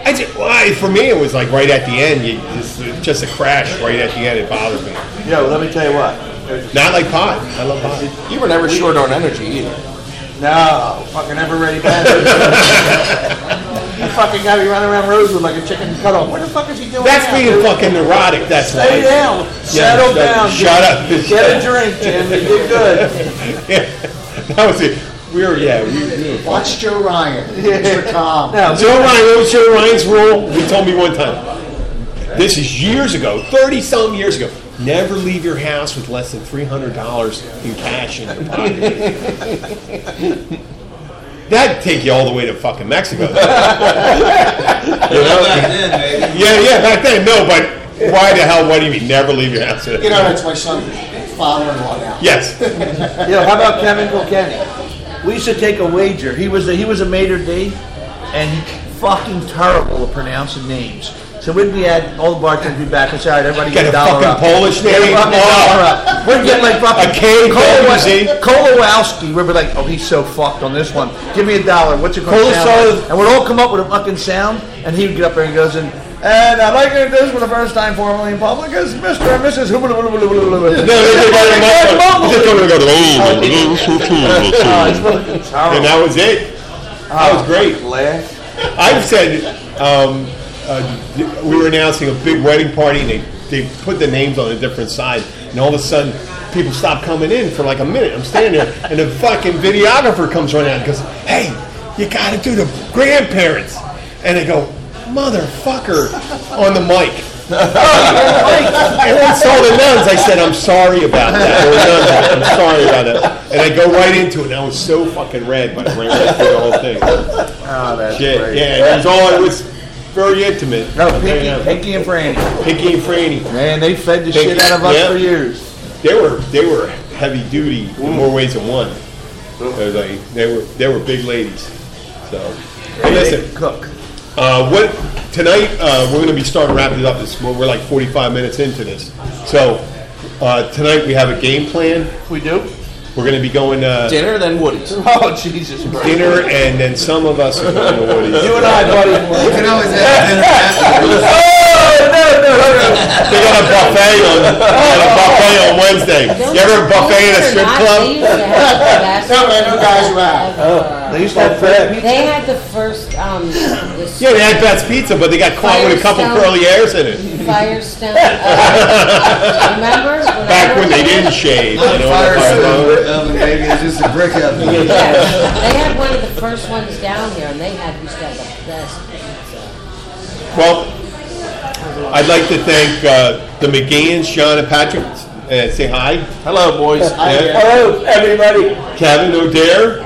[SPEAKER 2] I just, well, I- for me it was like right at the end. You, just, just a crash right at the end. It bothered me.
[SPEAKER 9] Yo, let me tell you what.
[SPEAKER 2] Not like pot. I love pot.
[SPEAKER 6] you were never short on energy either.
[SPEAKER 9] No, fucking ever ready (laughs) bastard. that fucking guy be running around Rosewood like a chicken cut off. What the fuck is he doing?
[SPEAKER 2] That's
[SPEAKER 9] now,
[SPEAKER 2] being
[SPEAKER 9] dude?
[SPEAKER 2] fucking neurotic. That's
[SPEAKER 9] Stay
[SPEAKER 2] why.
[SPEAKER 9] down. Settle
[SPEAKER 2] shut-
[SPEAKER 9] down.
[SPEAKER 2] shut up.
[SPEAKER 9] Jim. Get a drink, Jim. You did good.
[SPEAKER 2] (laughs) that was it. We were yeah. We, we were
[SPEAKER 12] yeah. Watch Joe Ryan.
[SPEAKER 2] (laughs)
[SPEAKER 12] Mr. Calm.
[SPEAKER 9] Now,
[SPEAKER 2] Joe Ryan, what was Joe Ryan's rule? He told me one time. This is years ago, thirty some years ago. Never leave your house with less than three hundred dollars in cash in your pocket. That'd take you all the way to
[SPEAKER 12] (laughs)
[SPEAKER 2] fucking Mexico. you know?
[SPEAKER 5] back then, baby.
[SPEAKER 2] Yeah, yeah. Back then, no, but Why the hell? What do you mean? Never leave your house.
[SPEAKER 12] You know, that's my son, father-in-law now.
[SPEAKER 2] Yes.
[SPEAKER 9] you know, how about Kevin Kilkenny? We used to take a wager. He was a, he was a maitre d, and he fucking terrible at pronouncing names. So we'd be at all the bartenders would be back and say, all right, everybody
[SPEAKER 2] Get a
[SPEAKER 9] get a dollar
[SPEAKER 2] fucking
[SPEAKER 9] up.
[SPEAKER 2] Polish
[SPEAKER 9] Get a
[SPEAKER 2] name?
[SPEAKER 9] fucking
[SPEAKER 2] Oh.
[SPEAKER 9] dollar up. We'd get like fucking
[SPEAKER 2] A K, K,
[SPEAKER 9] Kolowa- Kolowowski. We'd be like, oh, he's so fucked on this one. Give me a dollar. What's it going to sound
[SPEAKER 2] Kolosov.
[SPEAKER 9] like? And we'd all come up with a fucking sound, and he would get up there and he goes, and, and I'd like to do this for the first time formally in public is Mr. and Mrs.
[SPEAKER 2] No, they did very
[SPEAKER 12] (laughs)
[SPEAKER 2] much. Just going to go.
[SPEAKER 5] Oh.
[SPEAKER 2] And that was it. That was great. I've said um, uh, we were announcing a big wedding party, and they, they put the names on a different side, and all of a sudden. People stopped coming in for like a minute. I'm standing there, and the fucking videographer comes running out and goes, "Hey, you got to do the grandparents." And they go, "Motherfucker!" on the mic. And once all the nuns, I said, I'm sorry about that. There were nuns there. I'm sorry about that. And I go right into it, and I was so fucking red, but I ran right through the whole thing.
[SPEAKER 9] Oh, that's
[SPEAKER 2] Shit,
[SPEAKER 9] great.
[SPEAKER 2] yeah, it was all, it was very intimate.
[SPEAKER 9] No,
[SPEAKER 2] I'll tell you
[SPEAKER 9] Pinky,
[SPEAKER 2] that.
[SPEAKER 9] Pinky and Franny.
[SPEAKER 2] Pinky and Franny.
[SPEAKER 9] Man, they fed the
[SPEAKER 2] Pinky,
[SPEAKER 9] shit out of us
[SPEAKER 2] yeah.
[SPEAKER 9] for years.
[SPEAKER 2] They were, they were heavy duty in
[SPEAKER 9] Mm.
[SPEAKER 2] more ways than one. They were, like, they were, they were big ladies. So, hey, listen,
[SPEAKER 9] cook.
[SPEAKER 2] Uh, what tonight? Uh, we're going to be starting wrapping it up. This we're we're like 45 minutes into this. So uh, tonight we have a game plan.
[SPEAKER 9] We do.
[SPEAKER 2] We're going to be going uh,
[SPEAKER 6] Dinner, then Woody's.
[SPEAKER 9] (laughs) Oh, Jesus Christ.
[SPEAKER 2] dinner, and then some of us are
[SPEAKER 9] (laughs)
[SPEAKER 2] going to Woody's.
[SPEAKER 9] You and I, buddy. You
[SPEAKER 5] can always
[SPEAKER 9] (laughs)
[SPEAKER 5] have dinner
[SPEAKER 9] Oh, no, no, no, no.
[SPEAKER 2] They got a buffet on, they got
[SPEAKER 9] Oh.
[SPEAKER 2] a buffet on Wednesday. You ever a buffet at a strip club? (laughs)
[SPEAKER 12] No, man, no guys were out.
[SPEAKER 9] Oh, They used to have bread.
[SPEAKER 13] They had the first, um, the
[SPEAKER 2] Yeah, they had Beth's Pizza, but they got caught with a couple
[SPEAKER 13] Firestone.
[SPEAKER 2] curly hairs in (laughs) it.
[SPEAKER 13] Firestone.
[SPEAKER 2] (laughs)
[SPEAKER 13] uh, remember? When I
[SPEAKER 2] Back when
[SPEAKER 13] worked
[SPEAKER 2] they
[SPEAKER 11] (laughs)
[SPEAKER 13] there?
[SPEAKER 2] didn't shave.
[SPEAKER 5] Not
[SPEAKER 2] You
[SPEAKER 5] a
[SPEAKER 2] know, uh,
[SPEAKER 5] fire
[SPEAKER 2] Firestone.
[SPEAKER 5] stove oven, baby. It's just a brick
[SPEAKER 2] (laughs)
[SPEAKER 5] oven.
[SPEAKER 13] They had one of the first ones down here, and they had used to have the best pizza.
[SPEAKER 2] Well, I'd like to thank uh, the McGeehan's, Sean and Patrick. Uh, say hi.
[SPEAKER 6] Hello, boys.
[SPEAKER 2] Yeah.
[SPEAKER 11] Hello, everybody.
[SPEAKER 2] Kevin O'Dare.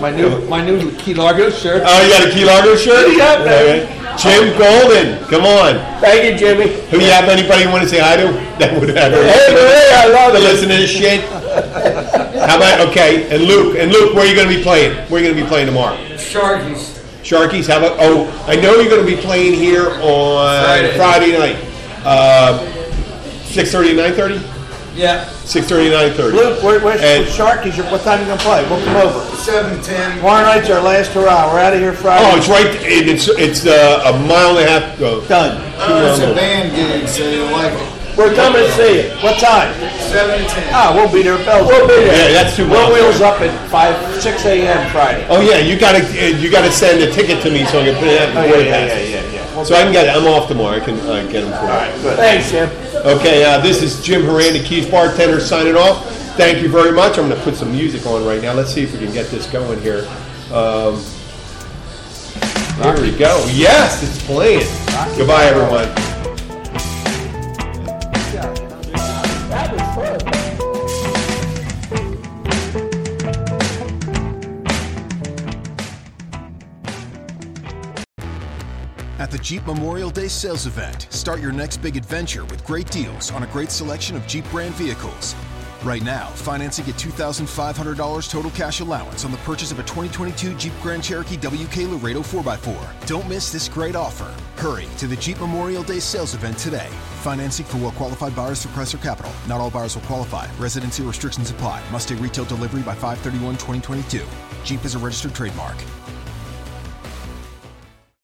[SPEAKER 9] My new, my new Key Largo shirt.
[SPEAKER 2] Oh, you got a Key Largo shirt?
[SPEAKER 11] Yeah,
[SPEAKER 2] Okay. Jim Golden, come on.
[SPEAKER 11] Thank you, Jimmy.
[SPEAKER 2] Who you have anybody you want to say hi to? (laughs) That would ever.
[SPEAKER 11] Hey, Marie, I love
[SPEAKER 2] to
[SPEAKER 11] you.
[SPEAKER 2] listen to this shit. How about okay? And Luke, and Luke, where are you going to be playing? Where are you going to be playing tomorrow?
[SPEAKER 4] Sharkies.
[SPEAKER 2] Sharkies. How about? Oh, I know you're going to be playing here on Friday,
[SPEAKER 4] Friday.
[SPEAKER 2] night, uh, six thirty to nine thirty.
[SPEAKER 4] Yeah.
[SPEAKER 2] Six thirty to nine thirty.
[SPEAKER 9] Luke, where, where's
[SPEAKER 2] And-
[SPEAKER 9] the Sharkies? What time you going to play? We'll come over.
[SPEAKER 5] Seven ten.
[SPEAKER 9] Tomorrow night's our last hurrah. We're out of here Friday.
[SPEAKER 2] Oh, it's right. it- It's it's uh, a mile and a half. Uh,
[SPEAKER 9] Done.
[SPEAKER 5] Oh, it's a band gig, so you like it.
[SPEAKER 11] We're coming to see you.
[SPEAKER 9] What time?
[SPEAKER 5] Seven to ten.
[SPEAKER 9] Ah, we'll be there. Bells.
[SPEAKER 11] We'll be there.
[SPEAKER 2] Yeah, that's too
[SPEAKER 9] We'll
[SPEAKER 2] much.
[SPEAKER 9] wheels up at 5, 6 a.m. Friday.
[SPEAKER 2] Oh yeah, you gotta uh, you gotta send a ticket to me so I can put it out in the
[SPEAKER 9] Oh, yeah,
[SPEAKER 2] board
[SPEAKER 9] yeah, yeah,
[SPEAKER 2] passes.
[SPEAKER 9] yeah, yeah.
[SPEAKER 2] So I can get it. I'm off tomorrow. I can uh, get them for you.
[SPEAKER 11] Thanks, Jim.
[SPEAKER 2] Okay, uh, this is Jim Horan, the Keys bartender, signing off. Thank you very much. I'm going to put some music on right now. Let's see if we can get this going here. Um, there we go. Yes, it's playing. Goodbye, everyone.
[SPEAKER 14] At the Jeep Memorial Day sales event, start your next big adventure with great deals on a great selection of Jeep brand vehicles. Right now, financing at $2,500 total cash allowance on the purchase of a 2022 Jeep Grand Cherokee WK Laredo 4x4. Don't miss this great offer. Hurry to the Jeep Memorial Day sales event today. Financing for well qualified buyers for Chrysler Capital. Not all buyers will qualify. Residency restrictions apply. Must take retail delivery by 531 2022. Jeep is a registered trademark.